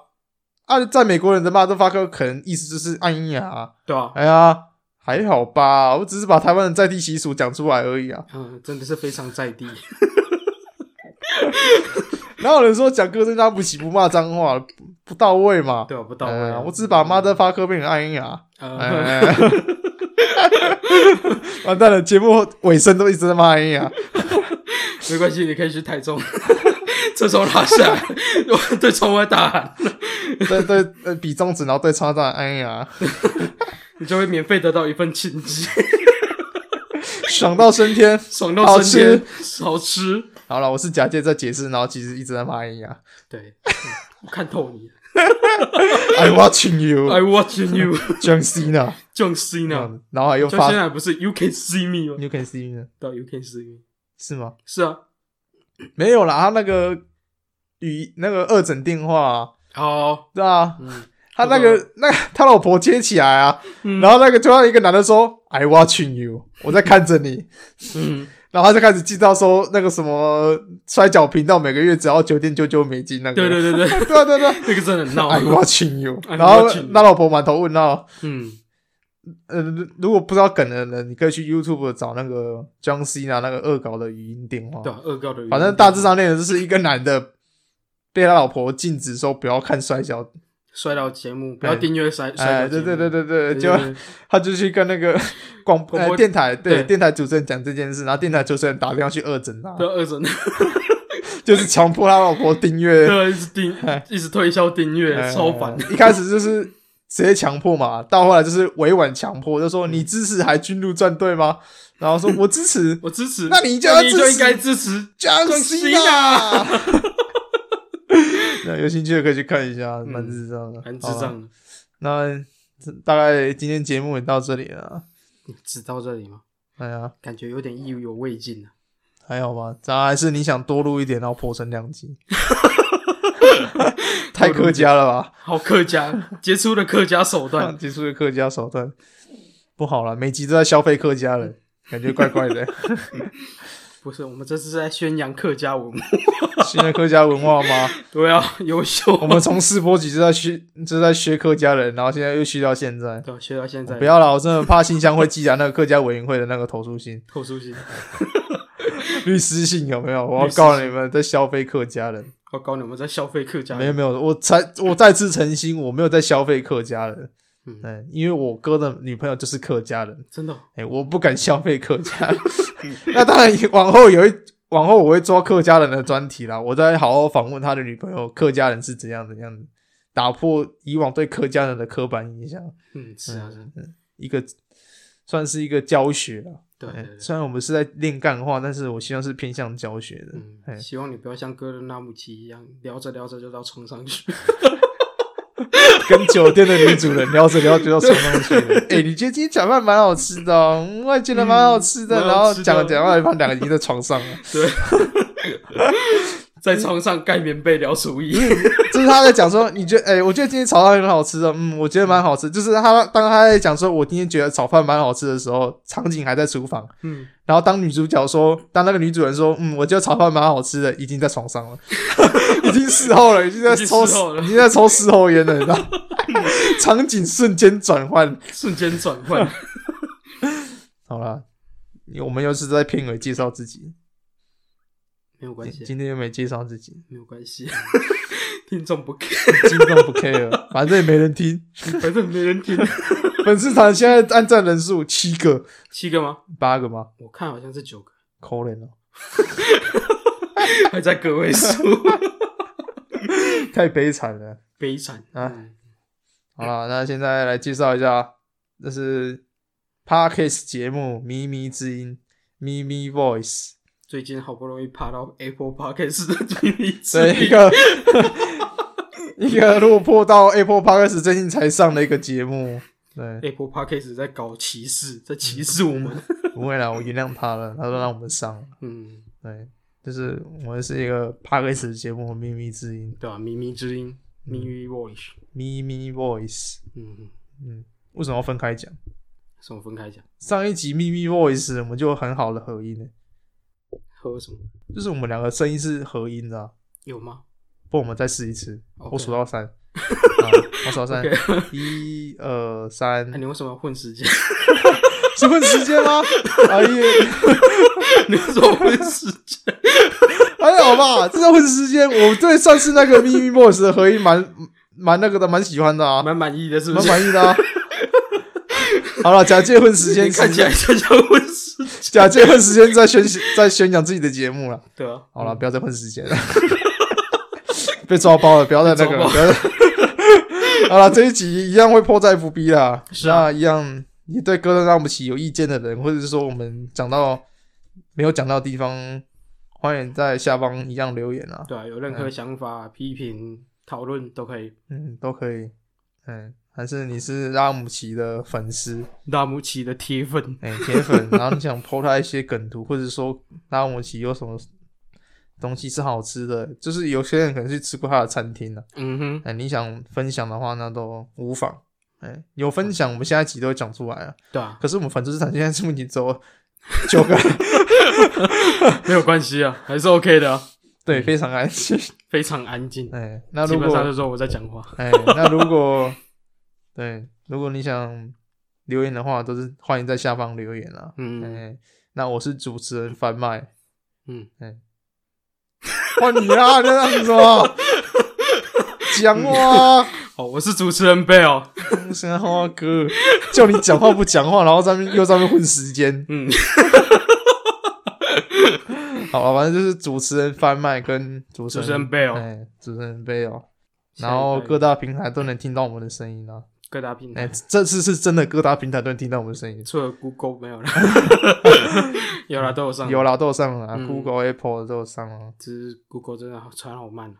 B: 啊？在美国人的骂的发科，可能意思就是哎呀、
C: 对啊，
B: 哎呀，还好吧，我只是把台湾的在地习俗讲出来而已啊。
C: 嗯，真的是非常在地。
B: 哪有人说讲哥对他不起不骂脏话不不到位嘛？
C: 对，我不到位
B: 哎呀
C: 啊，
B: 我只把 motherfucker 变成爱因雅。哎
C: 呃，
B: 哎哎 完蛋了，节目尾声都一直在骂爱哎因雅。
C: 没关系，你可以去台中， 这种拉下来， 我对窗外大喊，
B: 对对，呃，比中指，然后对叉叉，哎呀，
C: 你就会免费得到一份庆鸡，
B: 爽到升天。
C: 爽到
B: 好
C: 升天，好吃。
B: 好了，我是假借在解释，然后其实一直在骂哎呀
C: 对，嗯我看透你了
B: ，I watching you，
C: ，I watching you，
B: John Cena，
C: John Cena，
B: 嗯然后还又
C: 就
B: 发
C: 现在不是 You can see me 吗？
B: ，You can see me，
C: 到 You can see me，
B: 是吗？
C: 是啊，
B: 没有啦，他那个语那个二诊电话、啊，
C: 好，
B: 对啊，
C: 嗯
B: 他那
C: 我
B: 个那个他老婆接起来啊，
C: 嗯
B: 然后那个突然一个男的说，I watching you，我在看着 你。
C: 嗯，
B: 然后他就开始记到说那个什么摔跤频道每个月只要九点九九美金那个，
C: 对对对对，
B: 对啊对啊 对啊，
C: 那个真的很闹，
B: I watching you，
C: I'm
B: 然后
C: watching you
B: 那老婆满头问号。
C: 嗯，
B: 呃，如如果不知道梗的人，你可以去 YouTube 找那个 John Cena 那个恶搞的语音电话。
C: 对啊，恶搞的语言，
B: 反正大致上内容就是一个男的被他老婆禁止说不要看摔跤，
C: 摔倒节目，不要
B: 哎
C: 订阅摔
B: 哎，
C: 摔跤节
B: 对
C: 目，
B: 对对对对，
C: 对
B: 就
C: 对
B: 他就去跟那个广
C: 广播
B: 呃电台对
C: 对
B: 电台主持人讲这件事，然后电台主持人打电话去恶整他，
C: 对二整，
B: 就是强迫他老婆订阅，
C: 对，一直订，一直推销订阅，
B: 哎
C: 超烦，。
B: 一开始就是直接强迫嘛，到后来就是委婉强迫，就
C: 嗯
B: 说你支持海军陆战队吗？然后说我支 持
C: 我支持，
B: 那你就要
C: 你
B: 支
C: 就
B: 持
C: 应该支持，
B: 江
C: John
B: 西
C: 啊
B: 啊
C: Cena
B: 那有兴趣的可以去看一下，蛮智障的，
C: 嗯很智
B: 好吧。
C: 障的，
B: 那这大概今天节目也到这里了啊。
C: 只到这里吗？
B: 哎呀，
C: 感觉有点意犹未尽啊。
B: 还好吧，咱还是你想多录一点，然后破成两 集，太客家了吧？
C: 好客家， 杰出的客家手段。
B: 结束的客家手段不好了，每集都在消费客家人，感觉怪怪的。
C: 不是，我们这是在宣扬客家文化。
B: 现在客家文化吗？
C: 对啊，优秀
B: 我。们从试播集就在学，就在学客家人，然后现在又学到现在。
C: 对啊，学到现在
B: 不要啦，我真的很怕信箱会寄来那个客家委员会的那个投诉信、
C: 透书信，
B: 律师信，有没有？我
C: 律
B: 要
C: 师
B: 告你们在消费客家人。
C: 我告诉你，我们在消费客家
B: 没有
C: 文化。
B: 没有，我才我再次澄清，我没有在消费客家人。
C: 嗯
B: 嗯，因为我哥的女朋友就是客家人，
C: 真的哦，
B: 哎、我不敢消费客家。 那当然，往后有一往后我会做客家人的专题啦，我再好好访问他的女朋友，客家人是怎样怎样的，打破以往对客家人的刻板印象，
C: 嗯，是啊，是啊
B: 一个算是一个教学啦。
C: 对对
B: 哎
C: 对，
B: 虽然我们是在练干话，但是我希望是偏向教学的。哎
C: 嗯，希望你不要像哥伦纳姆奇一样，聊着聊着就到床上去。
B: 跟酒店的女主人聊着聊着要冲上去了。 哎、你觉得今天炒饭蛮好吃的哦，嗯我也觉得蛮好吃的。
C: 嗯
B: 然
C: 蛮好
B: 后
C: 吃的
B: 讲着讲到一半，两个已经在床上了。
C: 对， 在床上盖棉被聊厨艺。
B: 就是他在讲说，你觉得，哎、我觉得今天炒饭很好吃的，嗯，我觉得蛮好吃。就是他当他在讲说我今天觉得炒饭蛮好吃的时候，场景还在厨房。
C: 嗯，
B: 然后当女主角说，当那个女主人说，嗯，我觉得炒饭蛮好吃的，已经在床上了， 已经事后了，已经在
C: 已经
B: 抽
C: 事后，了
B: 已经在抽事后烟了，你知道吗？场景瞬间转换，
C: 瞬间转换。
B: 好啦，我们又是在片尾介绍自己，
C: 没有关
B: 今
C: 系，
B: 今天又没介绍自己，
C: 没有关系， 听众不 care，
B: 听众不 care，反 正也没人听。
C: 反正没人听。
B: 粉丝团现在按赞人数七个、
C: 七个吗？
B: 八个吗？
C: 我看好像是九个，
B: 可怜哦，
C: 还在个位数，
B: 太悲惨了。
C: 悲惨
B: 啊！
C: 嗯
B: 好了，那现在来介绍一下，这是 Parkes 节目《咪咪之音》咪咪 Voice
C: 最近好不容易爬到 Apple Podcast 的第一
B: 这
C: 次，
B: 一个 一个落魄到 Apple Parkes 最近才上的一个节目。对，
C: Apple Podcast 在搞歧视，在歧视我 们。
B: 不会啦，我原谅他了，他说让我们上。
C: 嗯，
B: 对，就是我们是一个 p a r k e s 节目《秘密之音
C: 对啊，咪咪之音，咪咪 Voice，》
B: 咪咪 Voice。
C: 嗯，
B: 嗯，为什么要分开讲？
C: 什么分开讲？
B: 上一集咪咪 Voice 我们就很好的合音了，
C: 喝什么？
B: 就是我们两个声音是合音的啊、
C: 有吗
B: 不，我们再试一次。
C: OK
B: 我数到 三，啊我数到三
C: ？OK，，啊
B: 一二三
C: 哎那，你为什么要混时间？
B: 是问时 间吗？哎呀，
C: 你为什么混时间？
B: 哎还好吧，啦，这是混时间。我对上次那个 Mimi Boss 的合音蛮蛮那个的，蛮喜欢的啊，
C: 蛮满意的，是不
B: 蛮
C: 是？
B: 满意的 啊。好了，假借混时间，
C: 看起来就像温室，
B: 假借啊混时间在宣 在宣扬自己的节目了。
C: 对啊，
B: 好了，不要再混时间了， 被抓包了，不要再那个了。不要再 好了，这一集一样会破在 FB 啦，
C: 是啊
B: 那一样也对歌单让不起有意见的人，或者是说我们讲到没有讲到的地方，欢迎在下方一样留言啊，
C: 对啊，有任何想法、批评、讨论都可以。
B: 嗯，都可以，嗯，还是你是拉姆齐的粉丝，
C: 拉姆奇的铁粉，
B: 哎、铁粉，然后你想剖他一些梗图，或者说拉姆齐有什么东西是好吃的，就是有些人可能去吃过他的餐厅了、
C: 嗯哼，
B: 哎、你想分享的话，那都无妨。哎、有分享，我们下一集都会讲出来啊。
C: 对啊，
B: 可是我们反正是场现在是问题只有九个人，
C: 没有关系啊，还是 OK 的、啊，
B: 对，非常安心。
C: 非常安静。
B: 哎、那
C: 基
B: 如
C: 本上
B: 果
C: 就说我在讲话，
B: 哎、那如果对，如果你想留言的话，都是欢迎在下方留言啊。哎、
C: 嗯
B: 那我是主持人贩卖，哎
C: 嗯，
B: 换你啦，你在那样子么？讲话啊，
C: 哦，我是主持人 Bell，
B: 现在花哥叫你讲话不讲话，然后在那边又在那边混时间。
C: 嗯，
B: 好了，反正就是主持人贩卖跟主持
C: 主
B: 人
C: 持人哦 Bell，
B: 哎，主持人贝哦，然后各大平台都能听到我们的声音啊。
C: 各大平
B: 哎、
C: 台，
B: 这次是真的各大平台都能听到我们的声音。
C: 除了 Google 没 有了，有啦，都有上，
B: 有啦，都有上了啊、
C: 嗯
B: g o o g l e Apple 都有上了，
C: 只是 Google 真的好传好慢哦，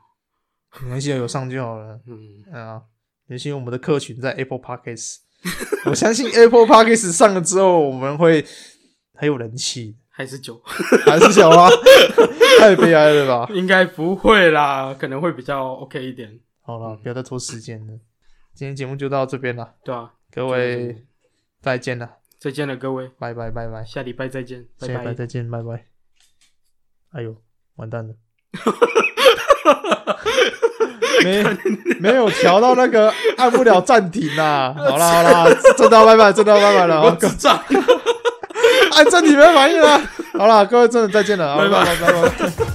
B: 没关系，有上就好了。
C: 嗯，
B: 嗯啊，尤其我们的客群在 Apple Podcast，我 相信 Apple Podcast 上了之后，我们会很有人气，
C: 还是九，
B: 还是小啊， 太悲哀了吧？
C: 应该不会啦，可能会比较 OK 一点，
B: 好了，不要再拖时间了，今天节目就到这边了，
C: 对啊，
B: 各位再见了，
C: 再见了各位，
B: 拜拜拜拜。
C: 下礼拜再见，拜
B: 下一拜
C: 拜。
B: 再见，拜拜。哎呦，完 蛋了，没没有调到那 个，按不了暂停啦。好啦好啦，正到拜拜，正到拜拜了，
C: 我
B: 好
C: 智障，
B: 啊按暂停没反应啦。好啦，各位真的再见了，好
C: 拜拜
B: 拜拜拜。